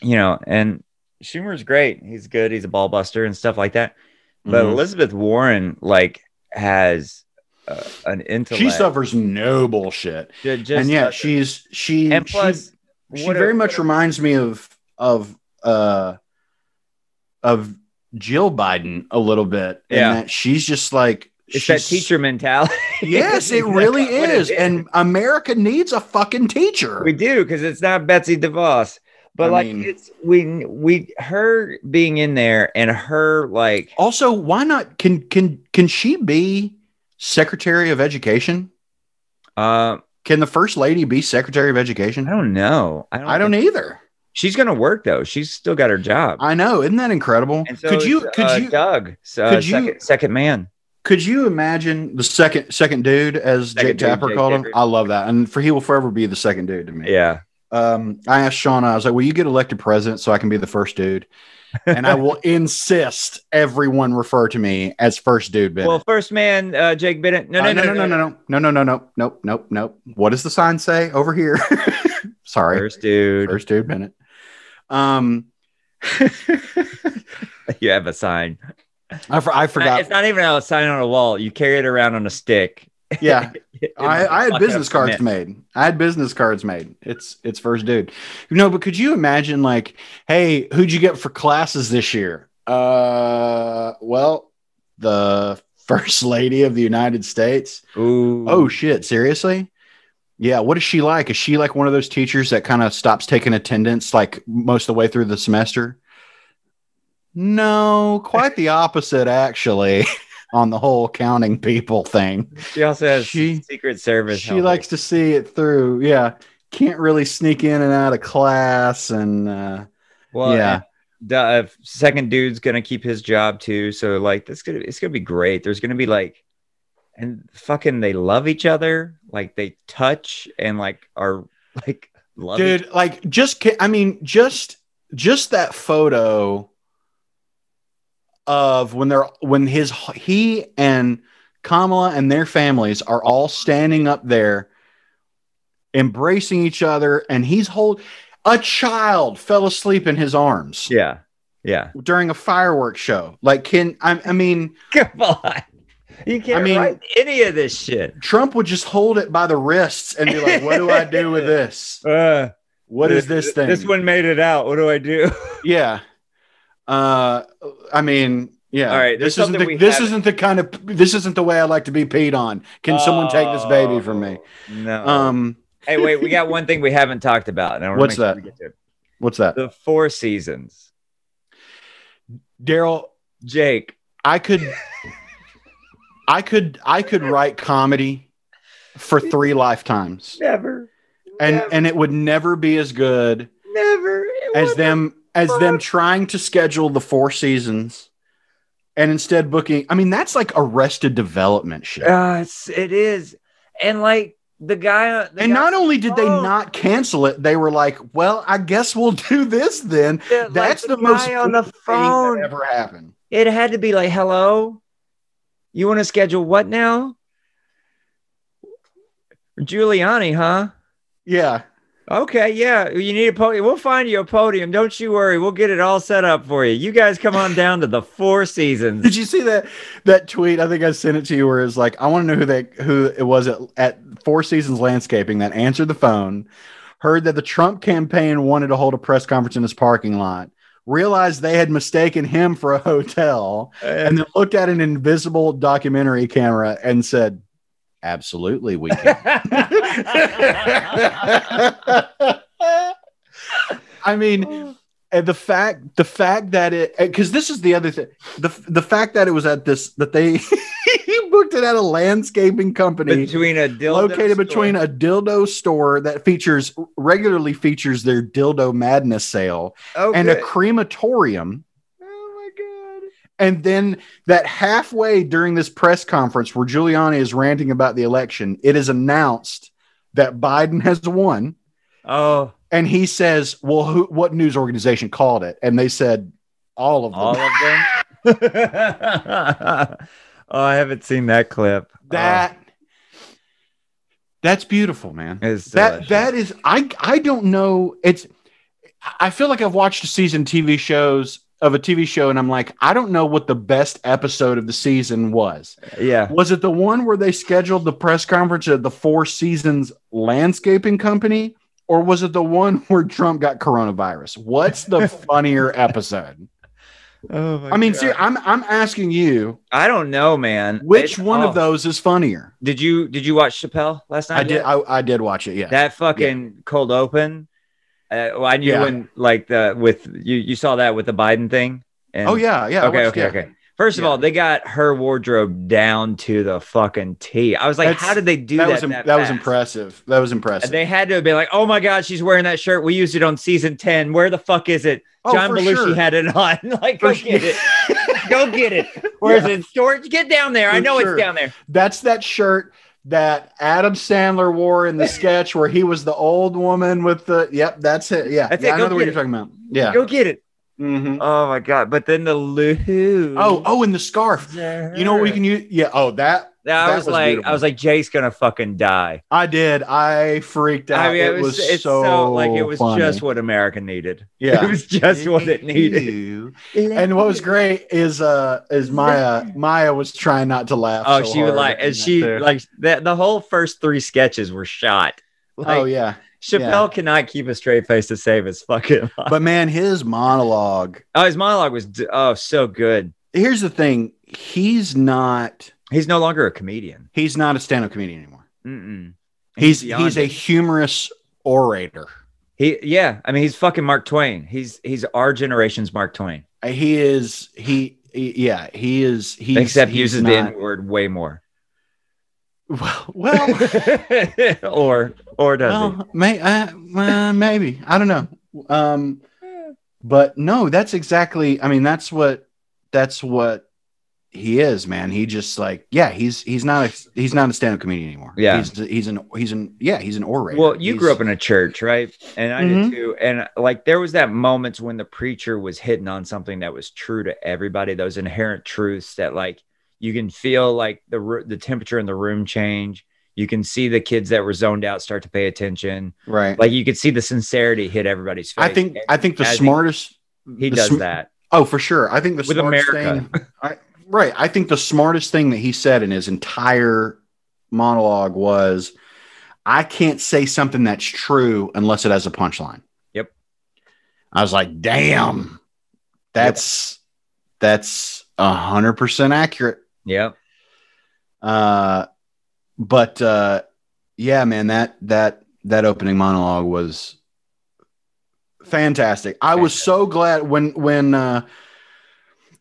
Speaker 2: you know, and Schumer's great. He's good. He's a ball buster and stuff like that. But
Speaker 3: Mhm.
Speaker 2: Elizabeth Warren like has uh, an intellect.
Speaker 3: she suffers no bullshit,
Speaker 2: Ju- just
Speaker 3: and yeah,
Speaker 2: doesn't-
Speaker 3: she's she
Speaker 2: and
Speaker 3: she-
Speaker 2: plus
Speaker 3: she
Speaker 2: what a-
Speaker 3: very much reminds me of of uh of Jill Biden a little bit. in
Speaker 2: Yeah.
Speaker 3: that she's just like
Speaker 2: it's that
Speaker 3: she's-
Speaker 2: teacher mentality.
Speaker 3: (laughs)
Speaker 2: (laughs)
Speaker 3: Yes, it
Speaker 2: That's
Speaker 3: really
Speaker 2: (laughs) what it
Speaker 3: is. And America needs a fucking teacher.
Speaker 2: We do because it's not Betsy DeVos, but
Speaker 3: I
Speaker 2: like
Speaker 3: mean-
Speaker 2: it's we we her being in there and her like
Speaker 3: also, why not can can can she be Secretary of Education?
Speaker 2: uh,
Speaker 3: Can the first lady be Secretary of
Speaker 2: I
Speaker 3: Education?
Speaker 2: don't know. I don't.
Speaker 3: I don't e-,
Speaker 2: think-
Speaker 3: either.
Speaker 2: She's gonna work though. She's still got her job.
Speaker 3: I know, isn't that incredible?
Speaker 2: And so
Speaker 3: could you
Speaker 2: it's,
Speaker 3: could
Speaker 2: uh,
Speaker 3: you
Speaker 2: Doug, so,
Speaker 3: could
Speaker 2: uh,
Speaker 3: you-
Speaker 2: second, second man.
Speaker 3: Could you imagine the second second dude as
Speaker 2: Second
Speaker 3: Jake
Speaker 2: dude,
Speaker 3: Tapper
Speaker 2: Jake
Speaker 3: called him?
Speaker 2: Tapper.
Speaker 3: I love that, and for he will forever be the second dude to me.
Speaker 2: Yeah.
Speaker 3: Um, I asked Sean, I was like, "Will you get elected president so I can be the first dude?" And I
Speaker 2: (laughs)
Speaker 3: will insist everyone refer to me as first dude. Bennett.
Speaker 2: Well, first man, uh, Jake Bennett. No, no,
Speaker 3: Uh,
Speaker 2: no,
Speaker 3: no, no, no, no, no, no, no, no, no, no. What does the sign say over here? (laughs) Sorry, first,
Speaker 2: First dude,
Speaker 3: dude Bennett. Um,
Speaker 2: (laughs) you have a sign.
Speaker 3: I, for- I forgot.
Speaker 2: It's not even a sign on a wall. You carry it around on a stick.
Speaker 3: yeah,
Speaker 2: It-
Speaker 3: I, I
Speaker 2: it's
Speaker 3: had
Speaker 2: fucking
Speaker 3: business
Speaker 2: up
Speaker 3: cards
Speaker 2: the net.
Speaker 3: made. I had business cards made. It's it's first dude. No, but could you imagine like, hey, who'd you get for classes this year? Uh, well, the (laughs) first lady of the United States.
Speaker 2: Ooh.
Speaker 3: Oh shit, seriously? Yeah, what is she like? Is she like one of those teachers that kind of stops taking attendance like most of the way through the semester? No, quite the opposite actually. (laughs) on the whole counting people thing.
Speaker 2: She also has
Speaker 3: She-
Speaker 2: Secret Service.
Speaker 3: She
Speaker 2: helmet.
Speaker 3: likes to see it through. Yeah. Can't really sneak in and out of class. And uh,
Speaker 2: Well,
Speaker 3: yeah.
Speaker 2: yeah. The uh, second dude's gonna keep his job too, so like this gonna it's gonna be great. There's gonna be like, and fucking they love each other, like they touch and like are like love each-
Speaker 3: dude like just ca- i mean just just that photo of when they're when his he and kamala and their families are all standing up there embracing each other and he's hold a child fell asleep in his arms
Speaker 2: Yeah, yeah.
Speaker 3: during a fireworks show like can I, I mean
Speaker 2: (laughs) Come on, you can't
Speaker 3: mean-
Speaker 2: write any of this shit.
Speaker 3: trump would just hold it by the wrists and be like what do i do with this
Speaker 2: Uh,
Speaker 3: what is this thing
Speaker 2: This one made it out. What do I do?
Speaker 3: Yeah. Uh, I mean, yeah.
Speaker 2: All right, there's
Speaker 3: This isn't
Speaker 2: something
Speaker 3: the,
Speaker 2: we
Speaker 3: this
Speaker 2: haven't-
Speaker 3: isn't the kind of this isn't the way I like to be peed on. (laughs) Can someone take this baby from me?
Speaker 2: Oh, No.
Speaker 3: Um,
Speaker 2: hey, wait. We got one thing we haven't talked about. And I wanna
Speaker 3: What's
Speaker 2: make sure
Speaker 3: that?
Speaker 2: we get to it.
Speaker 3: what's that,
Speaker 2: The Four Seasons.
Speaker 3: Daryl?
Speaker 2: Jake.
Speaker 3: I could, I could, I could write comedy for three lifetimes,
Speaker 2: Never.
Speaker 3: and
Speaker 2: never,
Speaker 3: and it would never be as good
Speaker 2: never. It
Speaker 3: as
Speaker 2: wasn't.
Speaker 3: them as them
Speaker 2: fuck?
Speaker 3: trying to schedule the four seasons, and instead booking. I mean, that's like Arrested Development shit.
Speaker 2: Uh, it's, it is. And like the guy. The
Speaker 3: And
Speaker 2: guy-
Speaker 3: not only did they
Speaker 2: Oh.
Speaker 3: not cancel it, they were like, "Well, I guess we'll do this then."
Speaker 2: the- like,
Speaker 3: That's the
Speaker 2: guy
Speaker 3: most
Speaker 2: on the
Speaker 3: Phone
Speaker 2: phone.
Speaker 3: ever happened.
Speaker 2: It had to be like, hello, you want to schedule what now? Giuliani, huh?
Speaker 3: Yeah,
Speaker 2: Okay, yeah. You need a podium. We'll find you a podium. Don't you worry. We'll get it all set up for you. You guys come on down to the Four Seasons. (laughs)
Speaker 3: (laughs) did you see that that tweet? I think I sent it to you. Where it's like, I want to know who that who it was at, at Four Seasons Landscaping that answered the phone, heard that the Trump campaign wanted to hold a press conference in his parking lot, realized they had mistaken him for a hotel, and then looked at an invisible documentary camera and said, "Absolutely, we can." (laughs) I mean, and the fact the fact that it because this is the other thing the the fact that it was at this that they (laughs) he booked it at a landscaping company
Speaker 2: between a dildo
Speaker 3: located between a dildo store that features regularly features their dildo madness sale
Speaker 2: oh,
Speaker 3: and a
Speaker 2: good.
Speaker 3: crematorium
Speaker 2: oh my god.
Speaker 3: and then that halfway during this press conference where Giuliani is ranting about the election it is announced that Biden has won
Speaker 2: Oh,
Speaker 3: and he says well who, what news organization called it and they said all of them
Speaker 2: all of them. (laughs) oh, I haven't seen that clip.
Speaker 3: that that's beautiful man
Speaker 2: oh, it's
Speaker 3: that
Speaker 2: delicious.
Speaker 3: that is i i don't know it's i feel like i've watched a season tv shows of a tv show and i'm like i don't know what the best episode of the season was
Speaker 2: yeah.
Speaker 3: was it the one where they scheduled the press conference at the four seasons landscaping company or was it the one where trump got coronavirus
Speaker 2: (laughs)
Speaker 3: what's the funnier episode
Speaker 2: Oh my
Speaker 3: i mean
Speaker 2: God.
Speaker 3: ser- i'm i'm asking you
Speaker 2: I don't know, man.
Speaker 3: which
Speaker 2: It's
Speaker 3: one
Speaker 2: all-
Speaker 3: of those is funnier
Speaker 2: Did you did you watch Chappelle last night?
Speaker 3: i did
Speaker 2: yet?
Speaker 3: I, I did watch it yeah
Speaker 2: that fucking cold open. Uh, well, I knew
Speaker 3: Yeah.
Speaker 2: when like the with you you saw that with the Biden thing. And
Speaker 3: oh yeah yeah I
Speaker 2: Okay,
Speaker 3: watched-
Speaker 2: okay,
Speaker 3: yeah.
Speaker 2: okay. First of
Speaker 3: Yeah.
Speaker 2: all, they got her wardrobe down to the fucking T. I was like,
Speaker 3: That's-
Speaker 2: how did they do
Speaker 3: that,
Speaker 2: that?
Speaker 3: was im- that was
Speaker 2: fast?
Speaker 3: impressive. That was impressive.
Speaker 2: And they had to have been like, oh my god, she's wearing that shirt. We used it on season ten. Where the fuck is it?
Speaker 3: Oh,
Speaker 2: John
Speaker 3: for
Speaker 2: Belushi
Speaker 3: sure.
Speaker 2: had it on. (laughs) like, go
Speaker 3: For
Speaker 2: get
Speaker 3: sure.
Speaker 2: it. go get
Speaker 3: (laughs)
Speaker 2: it. Where is it? Storage? Get down there. I
Speaker 3: For
Speaker 2: know
Speaker 3: sure.
Speaker 2: it's down there.
Speaker 3: That's that shirt that Adam Sandler wore
Speaker 2: (laughs)
Speaker 3: in the sketch where he was the old woman with the. Yep, that's it. Yeah,
Speaker 2: That's
Speaker 3: yeah
Speaker 2: it.
Speaker 3: I
Speaker 2: Go
Speaker 3: know the one
Speaker 2: get
Speaker 3: you're talking about. Yeah.
Speaker 2: Go get it.
Speaker 3: Mhm.
Speaker 2: Oh my god. But then the Lou.
Speaker 3: Oh, oh, and the scarf. You know what we can use? Yeah. Oh, that
Speaker 2: That,
Speaker 3: That
Speaker 2: was,
Speaker 3: was
Speaker 2: like, I
Speaker 3: beautiful.
Speaker 2: was like, Jake's gonna fucking die.
Speaker 3: I did. I freaked out.
Speaker 2: I mean,
Speaker 3: it, was,
Speaker 2: it's
Speaker 3: so,
Speaker 2: like it was
Speaker 3: funny.
Speaker 2: just what America needed. (laughs)
Speaker 3: yeah.
Speaker 2: It was just what it needed.
Speaker 3: And what was great is uh is Maya Maya was trying not to laugh.
Speaker 2: Oh,
Speaker 3: so
Speaker 2: she would
Speaker 3: hard
Speaker 2: like,
Speaker 3: in
Speaker 2: and
Speaker 3: that
Speaker 2: she
Speaker 3: too.
Speaker 2: like that. The whole first three sketches were shot. Like, (laughs)
Speaker 3: oh yeah.
Speaker 2: Chappelle cannot keep a straight face to save his fucking life.
Speaker 3: But man, his monologue.
Speaker 2: Oh, his monologue was d- oh so good.
Speaker 3: Here's the thing. He's not
Speaker 2: He's no longer a comedian.
Speaker 3: he's not a stand-up comedian anymore.
Speaker 2: Mm-mm.
Speaker 3: He's
Speaker 2: beyond
Speaker 3: he's a
Speaker 2: it.
Speaker 3: humorous orator.
Speaker 2: he yeah. I mean, he's fucking Mark Twain. He's he's our generation's Mark Twain.
Speaker 3: He is he he- yeah, he is. He's,
Speaker 2: except
Speaker 3: he's
Speaker 2: uses the
Speaker 3: not-
Speaker 2: N word way more.
Speaker 3: Well, (laughs) well,
Speaker 2: (laughs) or or does
Speaker 3: well, may, uh, uh, maybe I don't know. Um, but no, that's exactly. I mean, that's what that's what he is, man. He just like yeah, he's he's not a he's not a stand up comedian anymore.
Speaker 2: Yeah.
Speaker 3: he's he's an he's an yeah he's an
Speaker 2: he?
Speaker 3: orator.
Speaker 2: Well, you grew
Speaker 3: He's-
Speaker 2: up in a church, right? And I
Speaker 3: Mhm.
Speaker 2: did too. And like there was that moments when the preacher was hitting on something that was true to everybody, those inherent truths that like you can feel like the ru- the temperature in the room change. You can see the kids that were zoned out start to pay attention.
Speaker 3: right.
Speaker 2: Like you could see the sincerity hit everybody's face.
Speaker 3: I think
Speaker 2: And
Speaker 3: I think the
Speaker 2: as he-
Speaker 3: smartest
Speaker 2: he
Speaker 3: the
Speaker 2: does
Speaker 3: sm-
Speaker 2: that.
Speaker 3: Oh, for sure. I think the
Speaker 2: With
Speaker 3: smartest
Speaker 2: America.
Speaker 3: thing. I, right. I think the smartest thing that he said in his entire monologue was, "I can't say something that's true unless it has a punchline."
Speaker 2: Yep.
Speaker 3: I was like, "Damn, that's that's a hundred percent accurate."
Speaker 2: Yep.
Speaker 3: Uh, but uh, yeah, man that that that opening monologue was fantastic. I was so glad when when uh,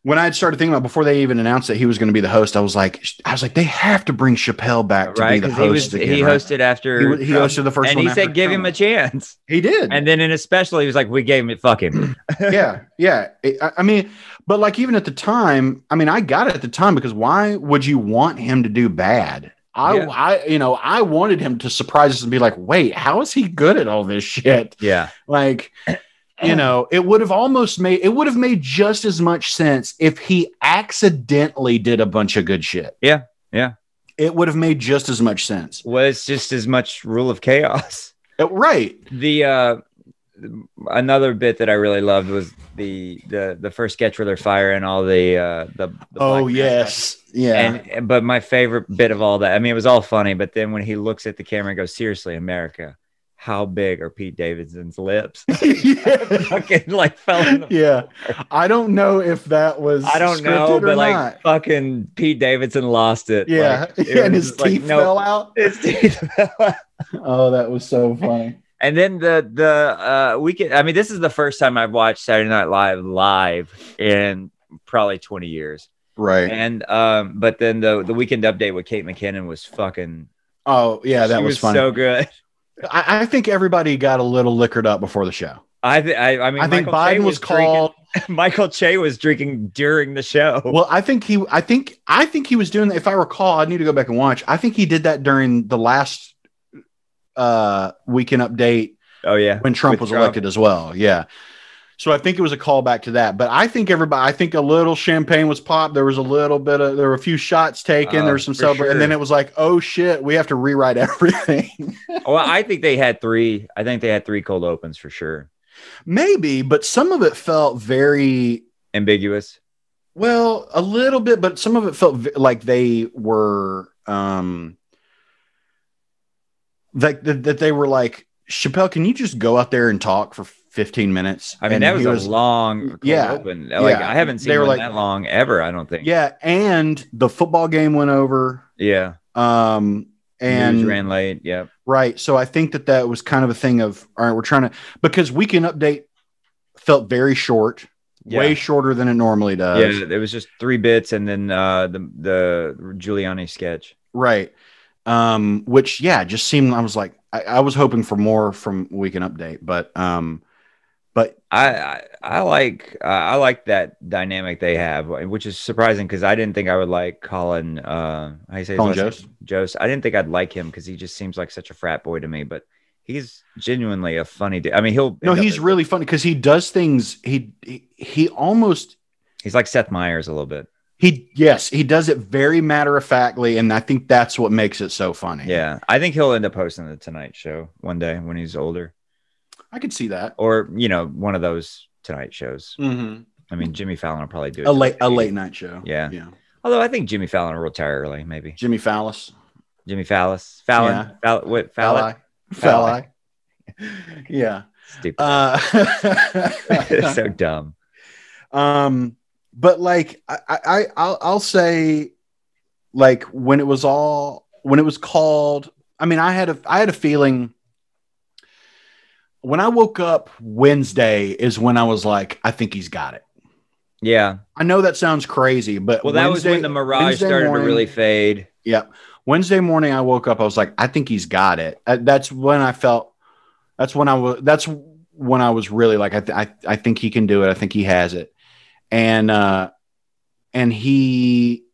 Speaker 3: when I had started thinking about before they even announced that he was going to be the host. I was like, I was was like, they have to bring Chappelle back to
Speaker 2: Right.
Speaker 3: be the
Speaker 2: Because he was
Speaker 3: host again.
Speaker 2: he
Speaker 3: right?
Speaker 2: hosted after
Speaker 3: He wa- he
Speaker 2: Trump,
Speaker 3: hosted the first
Speaker 2: and
Speaker 3: one.
Speaker 2: he said
Speaker 3: after
Speaker 2: give him a
Speaker 3: Trump.
Speaker 2: chance.
Speaker 3: He did.
Speaker 2: And then in especially, he was like, "We gave him it. Fuck
Speaker 3: (clears throat)
Speaker 2: him."
Speaker 3: yeah, yeah. It- I, I mean, but like even at the time, I mean, I got it at the time because why would you want him to do bad? I,
Speaker 2: Yeah.
Speaker 3: I, you know, I wanted him to surprise us and be like, "Wait, how is he good at all this shit?"
Speaker 2: yeah,
Speaker 3: Like, you know, it would have almost made it would have made just as much sense if he accidentally did a bunch of good shit.
Speaker 2: Yeah, yeah.
Speaker 3: It would have made just as much sense.
Speaker 2: was just as much rule of chaos.
Speaker 3: Uh, right.
Speaker 2: The uh, another bit that I really loved was the the the first sketch where they're firing all the uh, the, the
Speaker 3: oh
Speaker 2: black
Speaker 3: yes. Yeah.
Speaker 2: mascots. And but my favorite bit of all that, I mean, it was all funny. But then when he looks at the camera and goes, "Seriously, America, how big are Pete Davidson's
Speaker 3: (laughs)
Speaker 2: lips?" (laughs)
Speaker 3: yeah.
Speaker 2: fucking like fell in the
Speaker 3: yeah. I don't know if that was
Speaker 2: I don't know,
Speaker 3: scripted or
Speaker 2: but like
Speaker 3: not.
Speaker 2: fucking Pete Davidson lost it.
Speaker 3: (laughs) yeah,
Speaker 2: Like, it
Speaker 3: and
Speaker 2: was
Speaker 3: his
Speaker 2: just like,
Speaker 3: teeth
Speaker 2: no,
Speaker 3: fell out.
Speaker 2: His teeth (laughs) fell out.
Speaker 3: Oh, that was so funny.
Speaker 2: And then the the uh weekend. I mean, this is the first time I've watched Saturday Night Live live in probably 20 years.
Speaker 3: Right.
Speaker 2: And um, but then the the weekend update with Kate McKinnon was fucking
Speaker 3: oh, yeah, that
Speaker 2: she
Speaker 3: was, funny.
Speaker 2: so good. (laughs)
Speaker 3: I, I think everybody got a little liquored up before the show.
Speaker 2: I th- I, I mean,
Speaker 3: I, think
Speaker 2: Michael Che
Speaker 3: Biden was
Speaker 2: drinking-
Speaker 3: called.
Speaker 2: (laughs) Michael Che was drinking during the show.
Speaker 3: Well, I think he. I think. I think he was doing that. If I recall, I need to go back and watch. I think he did that during the last uh weekend update
Speaker 2: oh yeah,
Speaker 3: when Trump
Speaker 2: With
Speaker 3: was
Speaker 2: Trump.
Speaker 3: elected as well. Yeah. So I think it was a callback to that. But I think everybody, I think a little champagne was popped. There was a little bit of, there were a few shots taken.
Speaker 2: Uh,
Speaker 3: there was some
Speaker 2: for
Speaker 3: celebration. And then
Speaker 2: sure.
Speaker 3: it was like, oh shit, we have to rewrite (laughs) everything.
Speaker 2: well, I think they had three. I think they had three cold opens for sure.
Speaker 3: Maybe, but some of it felt very,
Speaker 2: Ambiguous.
Speaker 3: well, a little bit, but some of it felt v- like they were, um, like that, that they were like, Chappelle, can you just go out there and talk for 15 minutes?
Speaker 2: I mean,
Speaker 3: And
Speaker 2: that was,
Speaker 3: he
Speaker 2: a long cold
Speaker 3: yeah,
Speaker 2: open. Like
Speaker 3: yeah.
Speaker 2: I haven't seen
Speaker 3: They were
Speaker 2: one
Speaker 3: like-
Speaker 2: that long ever. I don't think.
Speaker 3: Yeah, and the football game went over.
Speaker 2: yeah.
Speaker 3: Um,
Speaker 2: News
Speaker 3: and
Speaker 2: ran late. Yeah,
Speaker 3: right, so I think that that was kind of a thing of all right, we're trying to because weekend update felt very short, way
Speaker 2: Yeah.
Speaker 3: shorter than it normally does.
Speaker 2: yeah. It was just three bits, and then uh, the the Giuliani sketch.
Speaker 3: Right. Um, which yeah, just seemed I was like I, I was hoping for more from weekend update, but um, but
Speaker 2: I I, I like uh, I like that dynamic they have, which is surprising because I didn't think I would like Colin. Uh, how you say his
Speaker 3: Colin
Speaker 2: last name? Jost. I didn't think I'd like him because he just seems like such a frat boy to me, but. He's genuinely a funny dude. I mean, he'll
Speaker 3: no, he's really funny because he does things he he, he almost
Speaker 2: he's like Seth Meyers a little bit.
Speaker 3: he yes he does it very matter of factly, and I think that's what makes it so funny.
Speaker 2: Yeah, I think he'll end up hosting the Tonight Show one day when he's older,
Speaker 3: I could see that.
Speaker 2: or you know, one of those Tonight Shows.
Speaker 3: Mm-hmm.
Speaker 2: I mean, Jimmy Fallon will probably do it.
Speaker 3: A late a late night show.
Speaker 2: Yeah.
Speaker 3: Yeah.
Speaker 2: Although I think Jimmy Fallon will retire early, maybe.
Speaker 3: Jimmy Fallis.
Speaker 2: Jimmy Fallis, Fallon,
Speaker 3: Yeah.
Speaker 2: Fall- what Fallon?
Speaker 3: Falli. (laughs) Yeah.
Speaker 2: Stupid. (laughs)
Speaker 3: (laughs) Uh,
Speaker 2: so dumb.
Speaker 3: um, but like I, I I'll I'll say like when it was all when it was called, I mean I had a I had a feeling when I woke up Wednesday is when I was like, I think he's got it.
Speaker 2: Yeah.
Speaker 3: I know that sounds crazy, but
Speaker 2: Well, that was when the mirage
Speaker 3: Wednesday
Speaker 2: started
Speaker 3: morning-
Speaker 2: to really fade.
Speaker 3: Yeah. Wednesday morning, I woke up. I was like, I think he's got it. Uh, That's when I felt. That's when I was. That's when I was really like, I, th- I, I think he can do it. I think he has it. And uh, and he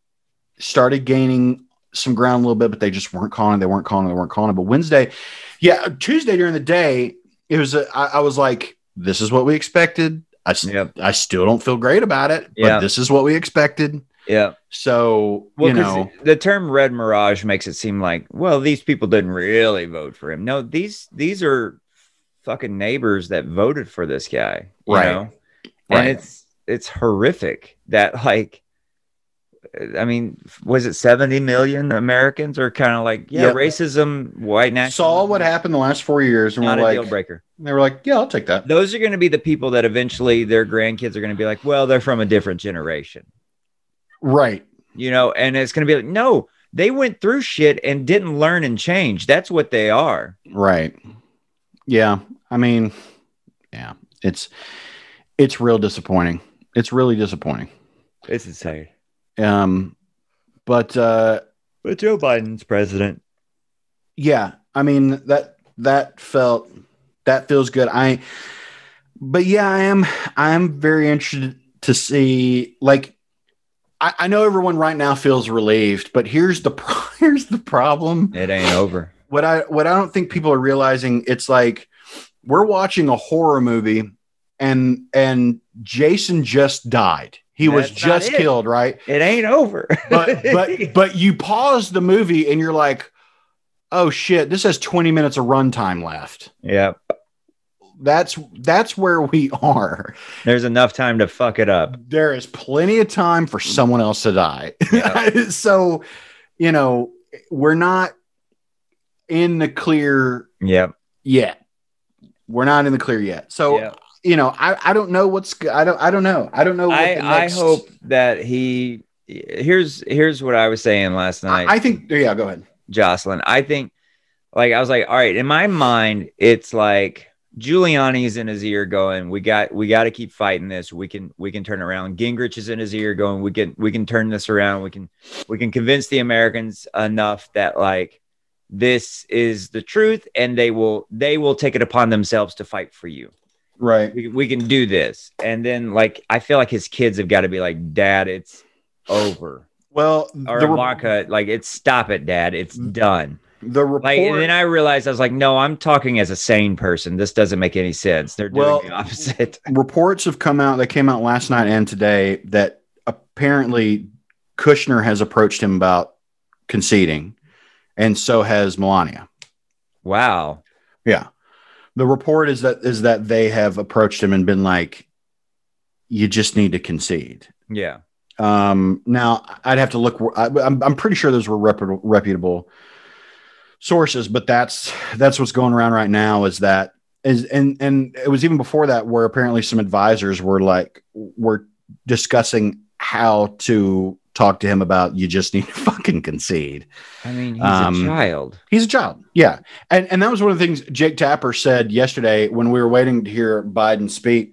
Speaker 3: started gaining some ground a little bit, but they just weren't calling. They weren't calling. They weren't calling. But Wednesday, yeah, Tuesday during the day, it was. uh, I I was like, this is what we expected. I, s-
Speaker 2: Yep.
Speaker 3: I still don't feel great about it, but
Speaker 2: Yeah.
Speaker 3: this is what we expected.
Speaker 2: Yeah.
Speaker 3: So
Speaker 2: Well,
Speaker 3: you
Speaker 2: 'cause
Speaker 3: know,
Speaker 2: the term "red mirage" makes it seem like, well, these people didn't really vote for him. No, these these are fucking neighbors that voted for this guy, you
Speaker 3: Right.
Speaker 2: know? And
Speaker 3: Right.
Speaker 2: it's it's horrific that like, I mean, was it seventy million Americans are kind of like, yeah,
Speaker 3: Yep.
Speaker 2: racism, white nationalism,
Speaker 3: saw what happened the last four years and
Speaker 2: Not
Speaker 3: we're
Speaker 2: a
Speaker 3: like,
Speaker 2: deal breaker.
Speaker 3: they were like, yeah, I'll take that.
Speaker 2: Those are going to be the people that eventually their grandkids are going to be like, well, they're from a different generation.
Speaker 3: Right.
Speaker 2: you know, and it's going to be like, no, they went through shit and didn't learn and change. That's what they are.
Speaker 3: Right. Yeah. I mean, yeah, it's, it's real disappointing. It's really disappointing.
Speaker 2: It's insane.
Speaker 3: Um, but, uh,
Speaker 2: But Joe Biden's president.
Speaker 3: yeah, I mean, that, that felt, that feels good. I, but yeah, I am, I am very interested to see, like, I, I know everyone right now feels relieved, but here's the, (laughs) pro- here's the problem.
Speaker 2: It ain't over.
Speaker 3: what I what I don't think people are realizing it's like we're watching a horror movie and and Jason just died. He was
Speaker 2: That's not
Speaker 3: just
Speaker 2: it. (laughs)
Speaker 3: killed, right?
Speaker 2: It ain't over. (laughs)
Speaker 3: But but but you pause the movie and you're like, "Oh shit, this has 20 minutes of runtime left."
Speaker 2: yeah,
Speaker 3: That's that's where we are.
Speaker 2: there's enough time to fuck it (laughs) up.
Speaker 3: There is plenty of time for someone else to die.
Speaker 2: Yeah.
Speaker 3: (laughs) so, you know, we're not in the clear
Speaker 2: Yep.
Speaker 3: yet. We're not in the clear yet. So
Speaker 2: Yep.
Speaker 3: you know, I, I don't know what's g- I don't I don't know I don't know. What the
Speaker 2: I, I
Speaker 3: next-
Speaker 2: hope that he here's here's what I was saying last night.
Speaker 3: I, I think yeah. Go ahead.
Speaker 2: Jocelyn. I think, like, I was like, all right, in my mind, it's like Giuliani's in his ear going, we got, we got to keep fighting this. We can, we can turn around. Gingrich is in his ear going, we can, we can turn this around. We can, we can convince the Americans enough that like this is the truth, and they will, they will take it upon themselves to fight for you.
Speaker 3: Right.
Speaker 2: We, we can do this. And then like, I feel like his kids have got to be like, Dad, it's over.
Speaker 3: Well,
Speaker 2: Or
Speaker 3: the, re- Mm.
Speaker 2: Ivanka, like, it's stop it, Dad. It's done.
Speaker 3: the report.
Speaker 2: Like, and then I realized I was like, no, I'm talking as a sane person. This doesn't make any sense. They're doing
Speaker 3: Well-
Speaker 2: the (laughs) opposite.
Speaker 3: reports have come out. They came out last night and today that apparently Kushner has approached him about conceding, and so has Melania.
Speaker 2: Wow.
Speaker 3: Yeah. The report is that is that they have approached him and been like, "You just need to concede."
Speaker 2: Yeah.
Speaker 3: Um, now I'd have to look. I, I'm, I'm pretty sure those were reputable, reputable sources, but that's that's what's going around right now. Is that is and and it was even before that where apparently some advisors were like were discussing how to talk to him about you just need to (laughs) fucking concede.
Speaker 2: I mean, he's
Speaker 3: Um,
Speaker 2: a child.
Speaker 3: He's a child. Yeah. And and that was one of the things Jake Tapper said yesterday when we were waiting to hear Biden speak.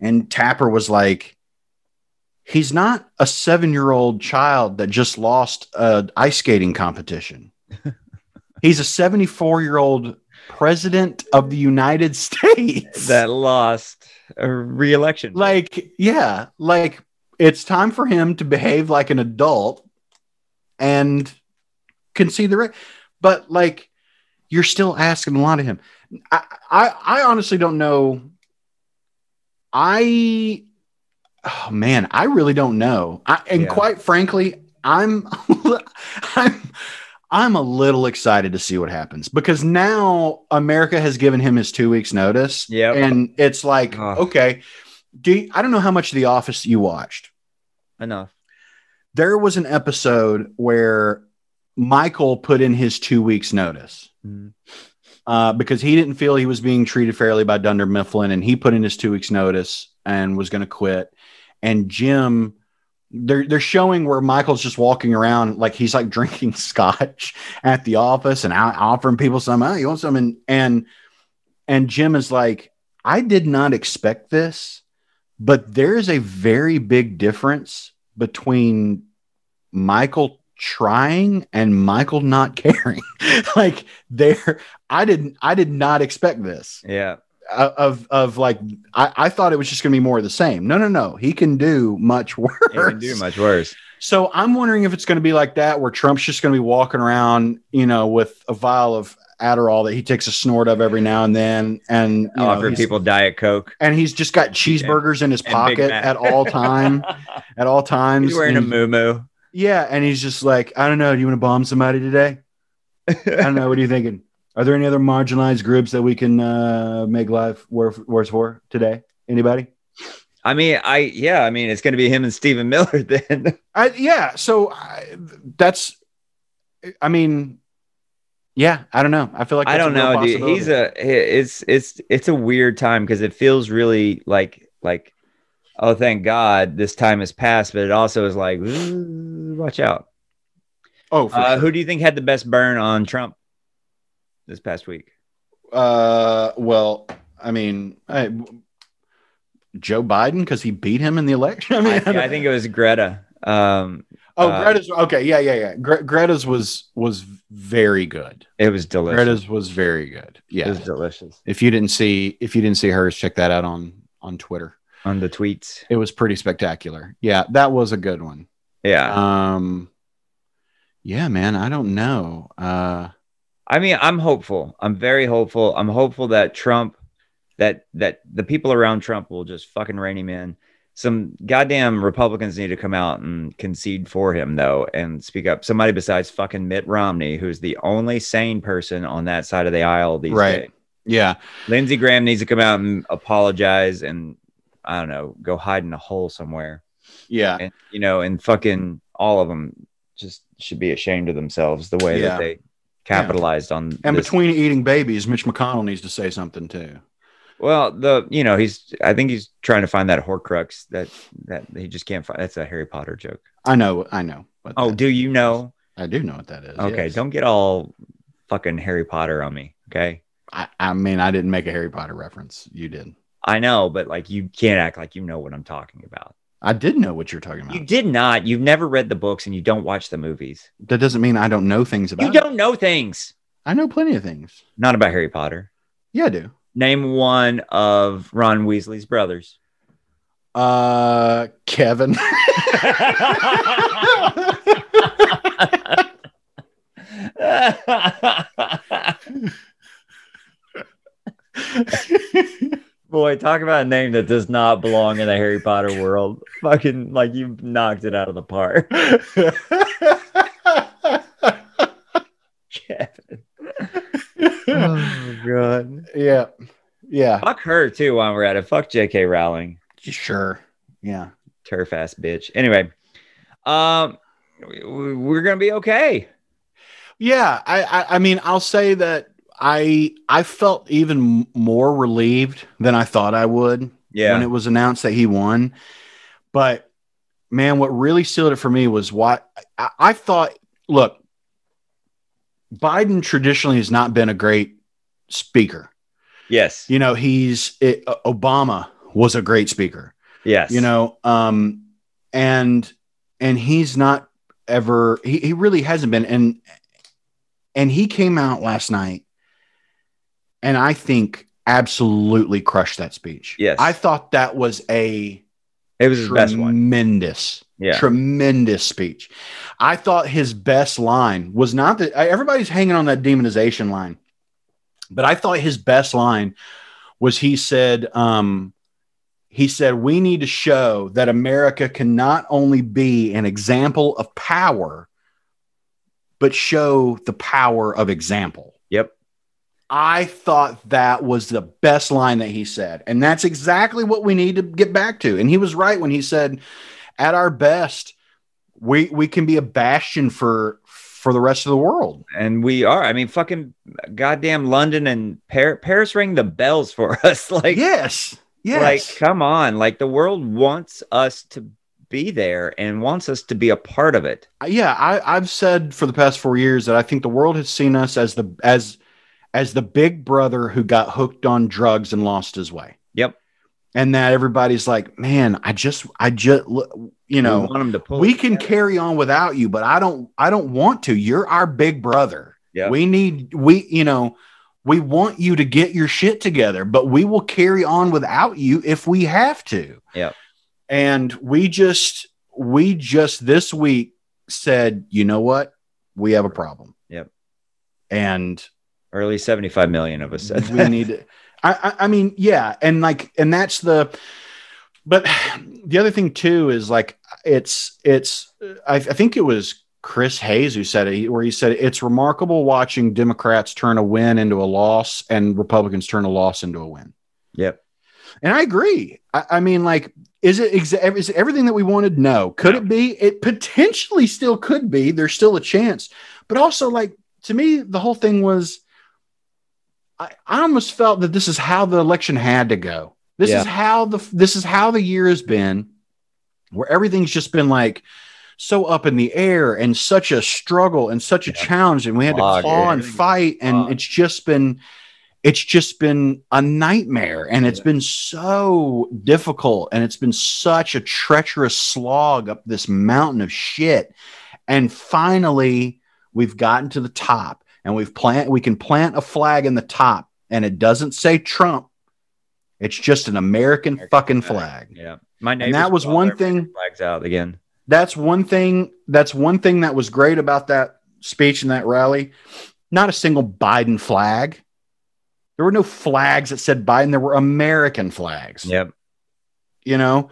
Speaker 3: And Tapper was like, he's not a seven year old child that just lost a ice skating competition. he's a 74 year old president of the United States.
Speaker 2: That lost a reelection.
Speaker 3: like, yeah, like it's time for him to behave like an adult and concede the right. But like, you're still asking a lot of him. I, I, I honestly don't know. I, oh man, I really don't know. I, and
Speaker 2: Yeah.
Speaker 3: quite frankly, I'm, (laughs) I'm, I'm a little excited to see what happens because now America has given him his two weeks notice.
Speaker 2: Yep.
Speaker 3: and it's like,
Speaker 2: Ugh.
Speaker 3: okay, do you, I don't know how much of The Office you watched
Speaker 2: enough.
Speaker 3: there was an episode where Michael put in his two weeks notice
Speaker 2: Mhm.
Speaker 3: uh, because he didn't feel he was being treated fairly by Dunder Mifflin, and he put in his two weeks notice and was going to quit. And Jim, they're they're showing where Michael's just walking around like he's like drinking (laughs) scotch at the office and out offering people some. Oh, you want some? And and and Jim is like, I did not expect this, But there is a very big difference between Michael trying and Michael not (laughs) caring. like there, I didn't, I did not expect this
Speaker 2: Yeah.
Speaker 3: uh, of of like I, I thought it was just going to be more of the same. No, no, no. He can do much (laughs) worse.
Speaker 2: It can do much worse.
Speaker 3: So I'm wondering if it's going to be like that, where Trump's just going to be walking around, you know, with a vial of Adderall that he takes a snort of every now and then, and you know,
Speaker 2: Offer
Speaker 3: he's-
Speaker 2: people Diet Coke.
Speaker 3: and he's just got cheeseburgers in his
Speaker 2: and Big
Speaker 3: pocket
Speaker 2: Mac.
Speaker 3: at all time, at all
Speaker 2: (laughs)
Speaker 3: times.
Speaker 2: He's wearing a
Speaker 3: and,
Speaker 2: moo moo.
Speaker 3: yeah, and he's just like, I don't know, do you want to bomb somebody today? I don't know. (laughs) What are you thinking? Are there any other marginalized groups that we can uh, make life worth, worse for today? Anybody?
Speaker 2: I mean, I yeah, I mean, it's going to be him and Stephen Miller (laughs) then.
Speaker 3: I, yeah. So I, that's, I mean, yeah, I don't know. I feel like
Speaker 2: I
Speaker 3: that's
Speaker 2: don't
Speaker 3: real
Speaker 2: know, dude.
Speaker 3: possibility.
Speaker 2: He's a it's it's it's a weird time because it feels really like like oh thank God this time has passed, but it also is like "Ooh, watch out.
Speaker 3: oh, for
Speaker 2: Uh,
Speaker 3: sure.
Speaker 2: Who do you think had the best burn on Trump this past week?
Speaker 3: Uh, well, I mean, I, Joe Biden because he beat him in the election. (laughs) I mean,
Speaker 2: I, I think it was Greta. Um,
Speaker 3: Oh,
Speaker 2: Uh,
Speaker 3: Greta's okay. Yeah, yeah, yeah. Gre- Greta's was was very good.
Speaker 2: it was delicious.
Speaker 3: Greta's was very good.
Speaker 2: It
Speaker 3: Yeah.
Speaker 2: was delicious
Speaker 3: If you didn't see if you didn't see hers, check that out on on Twitter.
Speaker 2: on the tweets.
Speaker 3: It was pretty spectacular. Yeah, that was a good one.
Speaker 2: Yeah.
Speaker 3: Um Yeah, man, I don't know. Uh
Speaker 2: I mean, I'm hopeful. I'm very hopeful. I'm hopeful that Trump, that that the people around Trump will just fucking rein him in. Some goddamn Republicans need to come out and concede for him, though, and speak up. Somebody besides fucking Mitt Romney, who's the only sane person on that side of the aisle these
Speaker 3: Right.
Speaker 2: days.
Speaker 3: yeah.
Speaker 2: Lindsey Graham needs to come out and apologize, and I don't know, go hide in a hole somewhere,
Speaker 3: Yeah.
Speaker 2: and you know, and fucking all of them just should be ashamed of themselves the way
Speaker 3: Yeah.
Speaker 2: that they capitalized on
Speaker 3: And
Speaker 2: this
Speaker 3: between eating babies, Mitch McConnell needs to say something too.
Speaker 2: Well, the you know he's I think he's trying to find that Horcrux that that he just can't find. That's a Harry Potter joke.
Speaker 3: I know, I know. What
Speaker 2: Oh,
Speaker 3: that-
Speaker 2: do you know?
Speaker 3: I do know what that is.
Speaker 2: Okay,
Speaker 3: yes.
Speaker 2: don't get all fucking Harry Potter on me. Okay,
Speaker 3: I, I mean I didn't make a Harry Potter reference. You did.
Speaker 2: I know, but like you can't act like you know what I'm talking about.
Speaker 3: I did know what you're talking about.
Speaker 2: You did not. You've never read the books and you don't watch the movies.
Speaker 3: That doesn't mean I don't know things about
Speaker 2: You
Speaker 3: it.
Speaker 2: don't know things.
Speaker 3: I know plenty of things.
Speaker 2: Not about Harry Potter.
Speaker 3: Yeah, I do.
Speaker 2: Name one of Ron Weasley's brothers.
Speaker 3: Uh, Kevin. (laughs)
Speaker 2: Boy, talk about a name that does not belong in the Harry Potter world. Fucking like you knocked it out of the park. (laughs) Kevin. oh god.
Speaker 3: yeah. Yeah.
Speaker 2: Fuck her too while we're at it. Fuck JK Rowling.
Speaker 3: Sure. Yeah.
Speaker 2: Turf ass bitch. Anyway. Um we- we- we're gonna be okay.
Speaker 3: Yeah. I, I, I mean, I'll say that I, I felt even more relieved than I thought I would when
Speaker 2: Yeah.
Speaker 3: it was announced that he won. But man, what really sealed it for me was what I, I thought. Look, Biden traditionally has not been a great speaker.
Speaker 2: yes.
Speaker 3: You know, he's it, Obama was a great speaker.
Speaker 2: Yes.
Speaker 3: You know, um, and and he's not ever. He, he really hasn't been. And and he came out last night, and I think absolutely crushed that speech.
Speaker 2: Yes.
Speaker 3: I thought that was a
Speaker 2: it was his best one.
Speaker 3: tremendous,
Speaker 2: Yeah.
Speaker 3: tremendous speech. I thought his best line was not that I- everybody's hanging on that demonization line, but I thought his best line was he said, um, he said, we need to show that America can not only be an example of power, but show the power of example.
Speaker 2: Yep.
Speaker 3: I thought that was the best line that he said. And that's exactly what we need to get back to. And he was right when he said, at our best, we we can be a bastion for for the rest of the world.
Speaker 2: and we are. I mean, fucking goddamn London and Par- Paris ring the bells for (laughs) us. like,
Speaker 3: yes.
Speaker 2: like,
Speaker 3: Yes.
Speaker 2: come on. Like, the world wants us to be there and wants us to be a part of it.
Speaker 3: yeah, I, I've said for the past four years that I think the world has seen us as the as as the big brother who got hooked on drugs and lost his way.
Speaker 2: Yep.
Speaker 3: and that everybody's like, man, I just, I just, you
Speaker 2: we
Speaker 3: know,
Speaker 2: want them to pull.
Speaker 3: we
Speaker 2: it
Speaker 3: can
Speaker 2: together.
Speaker 3: carry on without you, but I don't, I don't want to. You're our big brother.
Speaker 2: Yeah.
Speaker 3: We need, we, you know, we want you to get your shit together, but we will carry on without you if we have to.
Speaker 2: Yeah.
Speaker 3: And we just, we just this week said, you know what? We have a problem.
Speaker 2: Yep.
Speaker 3: And
Speaker 2: Early 75 million of us said (laughs)
Speaker 3: we
Speaker 2: that.
Speaker 3: need to- I, I i mean yeah and like and that's the but the other thing too is like it's it's i, I think it was chris hayes who said it where he said it's remarkable watching democrats turn a win into a loss and republicans turn a loss into a win
Speaker 2: Yep.
Speaker 3: and i agree i, I mean like is it, exa- is it everything that we wanted no could it be it potentially still could be there's still a chance but also like to me the whole thing was I, I almost felt that this is how the election had to go. This
Speaker 2: Yeah.
Speaker 3: is how the this is how the year has been, where everything's just been like so up in the air and such a struggle and such a
Speaker 2: Yeah.
Speaker 3: challenge, and we had
Speaker 2: Fog,
Speaker 3: to claw and
Speaker 2: everything was
Speaker 3: fight, and
Speaker 2: fog.
Speaker 3: it's just been it's just been a nightmare and it's
Speaker 2: Yeah.
Speaker 3: been so difficult and it's been such a treacherous slog up this mountain of shit and finally we've gotten to the top and we've plant we can plant a flag in the top and it doesn't say trump it's just an american,
Speaker 2: American
Speaker 3: fucking
Speaker 2: flag.
Speaker 3: flag
Speaker 2: Yeah. My name
Speaker 3: and that was one thing
Speaker 2: Flags out again.
Speaker 3: that's one thing that's one thing that was great about that speech and that rally not a single biden flag there were no flags that said biden there were american flags
Speaker 2: Yep.
Speaker 3: you know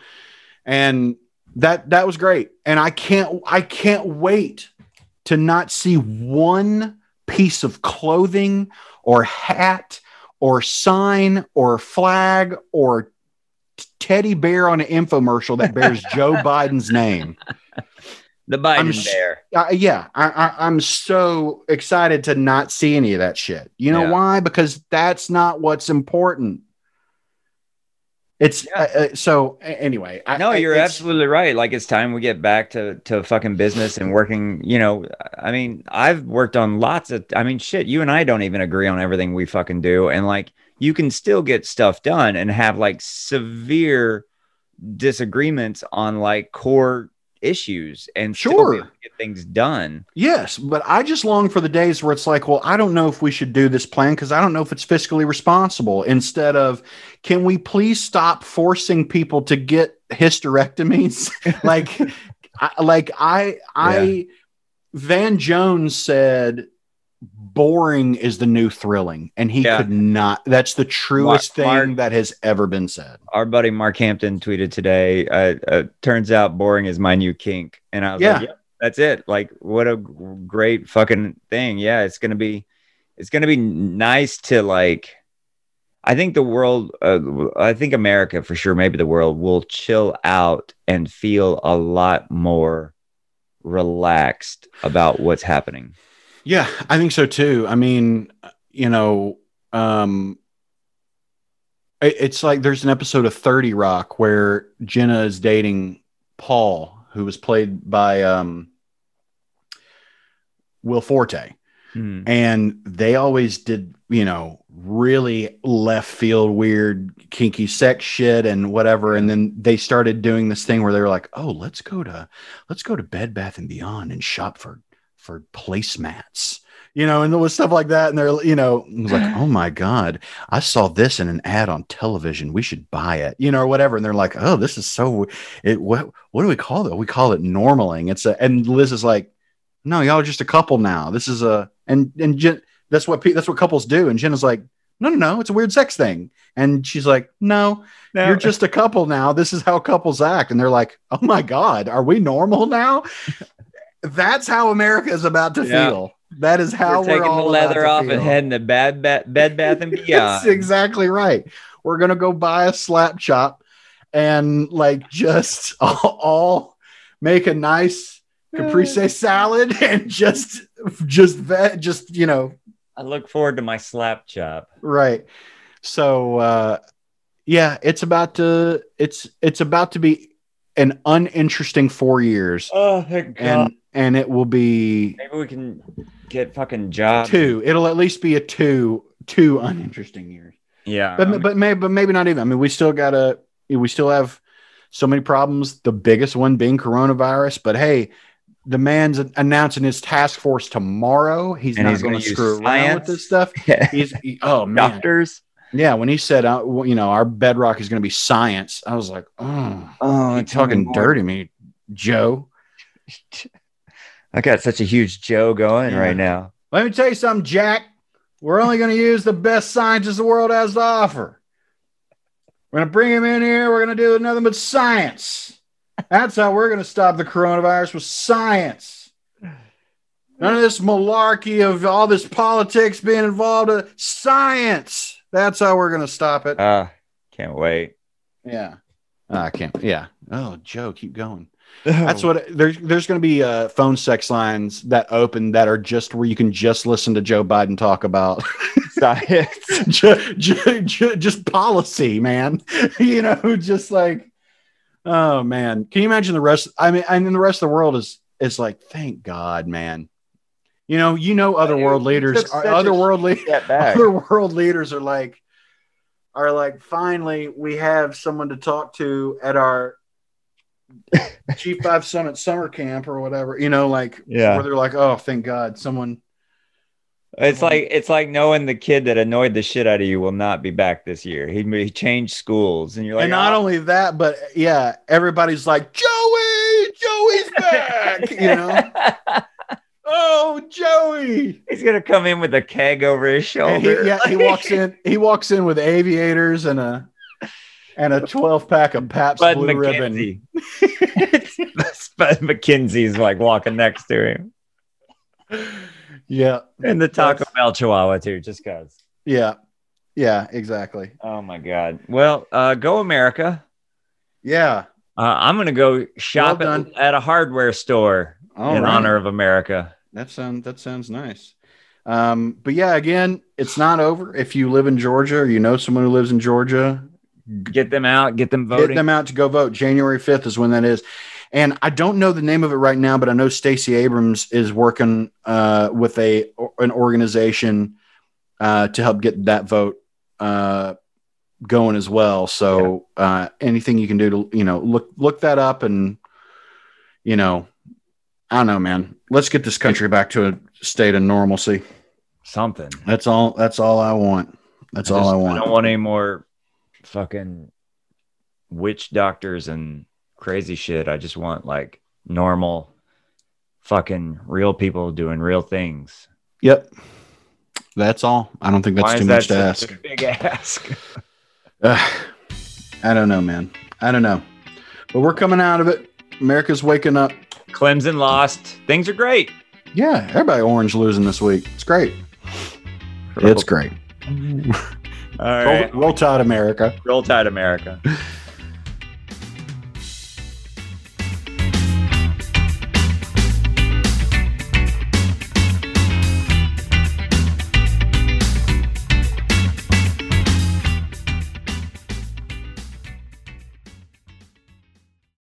Speaker 3: and that that was great and i can't i can't wait to not see one piece of clothing or hat or sign or flag or t- teddy bear on an infomercial that bears joe biden's name
Speaker 2: The Biden
Speaker 3: s-
Speaker 2: bear.
Speaker 3: uh, yeah, I, I, I'm so excited to not see any of that shit. You know
Speaker 2: Yeah.
Speaker 3: why? Because that's not what's important. It's uh, uh, so a- anyway. I,
Speaker 2: no,
Speaker 3: I-
Speaker 2: you're
Speaker 3: it's-
Speaker 2: absolutely right. Like it's time we get back to to fucking business and working. You know, I mean, I've worked on lots of. I mean, shit. You and I don't even agree on everything we fucking do, and like you can still get stuff done and have like severe disagreements on like core issues and still be
Speaker 3: Sure.
Speaker 2: able to get things done.
Speaker 3: Yes, but I just long for the days where it's like, well, I don't know if we should do this plan because I don't know if it's fiscally responsible. Instead of, can we please stop forcing people to get hysterectomies? (laughs) like, I, like I, I, Van Jones said, boring is the new thrilling, and he
Speaker 2: Yeah.
Speaker 3: could not. That's the truest
Speaker 2: Mark-
Speaker 3: thing that has ever been said.
Speaker 2: Our buddy Mark Hampton tweeted today. Uh, uh, turns out boring is my new kink, and I was
Speaker 3: Yeah.
Speaker 2: like, that's it. Like, what a g- great fucking thing. Yeah, it's gonna be, it's gonna be nice to like. I think the world, uh, I think America for sure, maybe the world will chill out and feel a lot more relaxed about what's happening.
Speaker 3: Yeah, I think so too. I mean, you know, um it- it's like there's an episode of 30 Rock where Jenna is dating Paul, who was played by um Will Forte.
Speaker 2: Hmm.
Speaker 3: And they always did, you know, really left field weird kinky sex shit and whatever. And then they started doing this thing where they were like, "Oh, let's go to let's go to Bed Bath and Beyond and shop for for placemats." You know, and there was stuff like that. And they're, you know, it was like, oh my God, I saw this in an ad on television. We should buy it, you know, or whatever. And they're like, oh, this is so, it, what, what do we call it? We call it normaling. It's a, and Liz is like, no, y'all are just a couple now. This is a and and Jen, that's what pe- that's what couples do. And Jenna's like, no, no, no, it's a weird sex thing. And she's like, no,
Speaker 2: No.
Speaker 3: you're just a couple now. This is how couples act. And they're like, oh my god, are we normal now? (laughs) that's how America is about to
Speaker 2: Yeah.
Speaker 3: feel. That is
Speaker 2: We're
Speaker 3: how we're,
Speaker 2: taking
Speaker 3: all
Speaker 2: the leather
Speaker 3: about
Speaker 2: off
Speaker 3: to
Speaker 2: and
Speaker 3: feel.
Speaker 2: heading to bad, bad, bed, bath,
Speaker 3: (laughs)
Speaker 2: and
Speaker 3: That's
Speaker 2: beyond.
Speaker 3: exactly right. We're gonna go buy a slap chop and like just (laughs) all, all make a nice caprese salad (laughs) and just just that just you know
Speaker 2: I look forward to my slap chop.
Speaker 3: right. So uh yeah, it's about to it's it's about to be an uninteresting four years,
Speaker 2: Oh, thank
Speaker 3: and and it will be
Speaker 2: Maybe we can get fucking jobs.
Speaker 3: two. It'll at least be a two two uninteresting years.
Speaker 2: Yeah.
Speaker 3: but
Speaker 2: I mean, Um,
Speaker 3: but maybe but maybe not even. I mean, we still gotta we still have so many problems. The biggest one being coronavirus. But hey, the man's announcing his task force tomorrow. He's
Speaker 2: And
Speaker 3: not
Speaker 2: he's gonna
Speaker 3: going to
Speaker 2: use
Speaker 3: screw around with
Speaker 2: science.
Speaker 3: this stuff. He's
Speaker 2: (laughs)
Speaker 3: he- oh man,
Speaker 2: Doctors.
Speaker 3: yeah. When he said, uh, well, you know, our bedrock is going to be science, I was like, oh,
Speaker 2: Oh,
Speaker 3: you talking dirty to me, Joe.
Speaker 2: I got such a huge Joe going
Speaker 3: Yeah.
Speaker 2: right now.
Speaker 3: Let me tell you something, Jack. We're only going to use the best scientists the world has to offer. We're going to bring him in here. We're going to do nothing but science. That's how we're going to stop the coronavirus with science. None of this malarkey of all this politics being involved. uh, Science. That's how we're going to stop it.
Speaker 2: Uh, can't wait.
Speaker 3: Yeah. Ah, I can't. Yeah. Oh, Joe, keep going. That's
Speaker 2: (laughs)
Speaker 3: what there's there's going to be uh, phone sex lines that open that are just where you can just listen to Joe Biden talk about (laughs)
Speaker 2: science.
Speaker 3: ju- ju- ju- just policy, man. (laughs) you know, just like, oh man, can you imagine the rest? I mean, and then the rest of the world is is like, thank God, man. You know, you know, other
Speaker 2: Dude,
Speaker 3: world
Speaker 2: it
Speaker 3: leaders,
Speaker 2: took
Speaker 3: are
Speaker 2: such a
Speaker 3: other world leaders,
Speaker 2: Step back.
Speaker 3: other world leaders are like, are like, finally, we have someone to talk to at our G five summit summer camp or whatever. You know, like,
Speaker 2: Yeah.
Speaker 3: where they're like, oh, thank God, someone.
Speaker 2: It's like it's like knowing the kid that annoyed the shit out of you will not be back this year. He, he changed schools, and you're like,
Speaker 3: and not
Speaker 2: "Oh."
Speaker 3: only that, but yeah, everybody's like, Joey, Joey's
Speaker 2: (laughs)
Speaker 3: back, you know? Oh, Joey.
Speaker 2: he's gonna come in with a keg over his
Speaker 3: And he,
Speaker 2: shoulder.
Speaker 3: yeah,
Speaker 2: (laughs)
Speaker 3: he walks in, he walks in with aviators and a and a 12 pack of Pabst
Speaker 2: Bud
Speaker 3: Blue Ribbon.
Speaker 2: McKenzie. It's (laughs) Bud McKenzie's like walking next to him,
Speaker 3: Yeah,
Speaker 2: and the Taco
Speaker 3: That's-
Speaker 2: Bell Chihuahua too, just cause.
Speaker 3: yeah, yeah, exactly.
Speaker 2: Oh my god. Well, uh, go America.
Speaker 3: Yeah.
Speaker 2: Uh, I'm gonna go shop
Speaker 3: Well
Speaker 2: at, at a hardware store
Speaker 3: All
Speaker 2: in
Speaker 3: right.
Speaker 2: honor of America.
Speaker 3: That sound that sounds nice. Um, but yeah, again, it's not over. If you live in Georgia or you know someone who lives in Georgia,
Speaker 2: Get them out. Get them
Speaker 3: Get
Speaker 2: voting.
Speaker 3: them out to go vote. January 5th is when that is. And I don't know the name of it right now, but I know Stacey Abrams is working uh, with a an organization uh, to help get that vote uh, going as well. So uh, anything you can do to you know look look that up and you know I don't know, man. Let's get this country back to a state of normalcy.
Speaker 2: Something.
Speaker 3: That's all. That's all I want. That's all
Speaker 2: just-
Speaker 3: I want.
Speaker 2: don't want any more fucking witch doctors and crazy shit. I just want like normal fucking real people doing real things.
Speaker 3: yep. That's all. I don't think that's
Speaker 2: Why
Speaker 3: too
Speaker 2: is
Speaker 3: much
Speaker 2: that
Speaker 3: to
Speaker 2: such
Speaker 3: ask.
Speaker 2: a big ask? (laughs)
Speaker 3: Ugh, I don't know, man. I don't know. But we're coming out of it. America's waking up.
Speaker 2: Clemson lost. Things are great.
Speaker 3: Yeah, everybody orange losing this week. It's great. It's great.
Speaker 2: All
Speaker 3: Roll-
Speaker 2: right.
Speaker 3: Roll, Tide, America.
Speaker 2: Roll Tide America.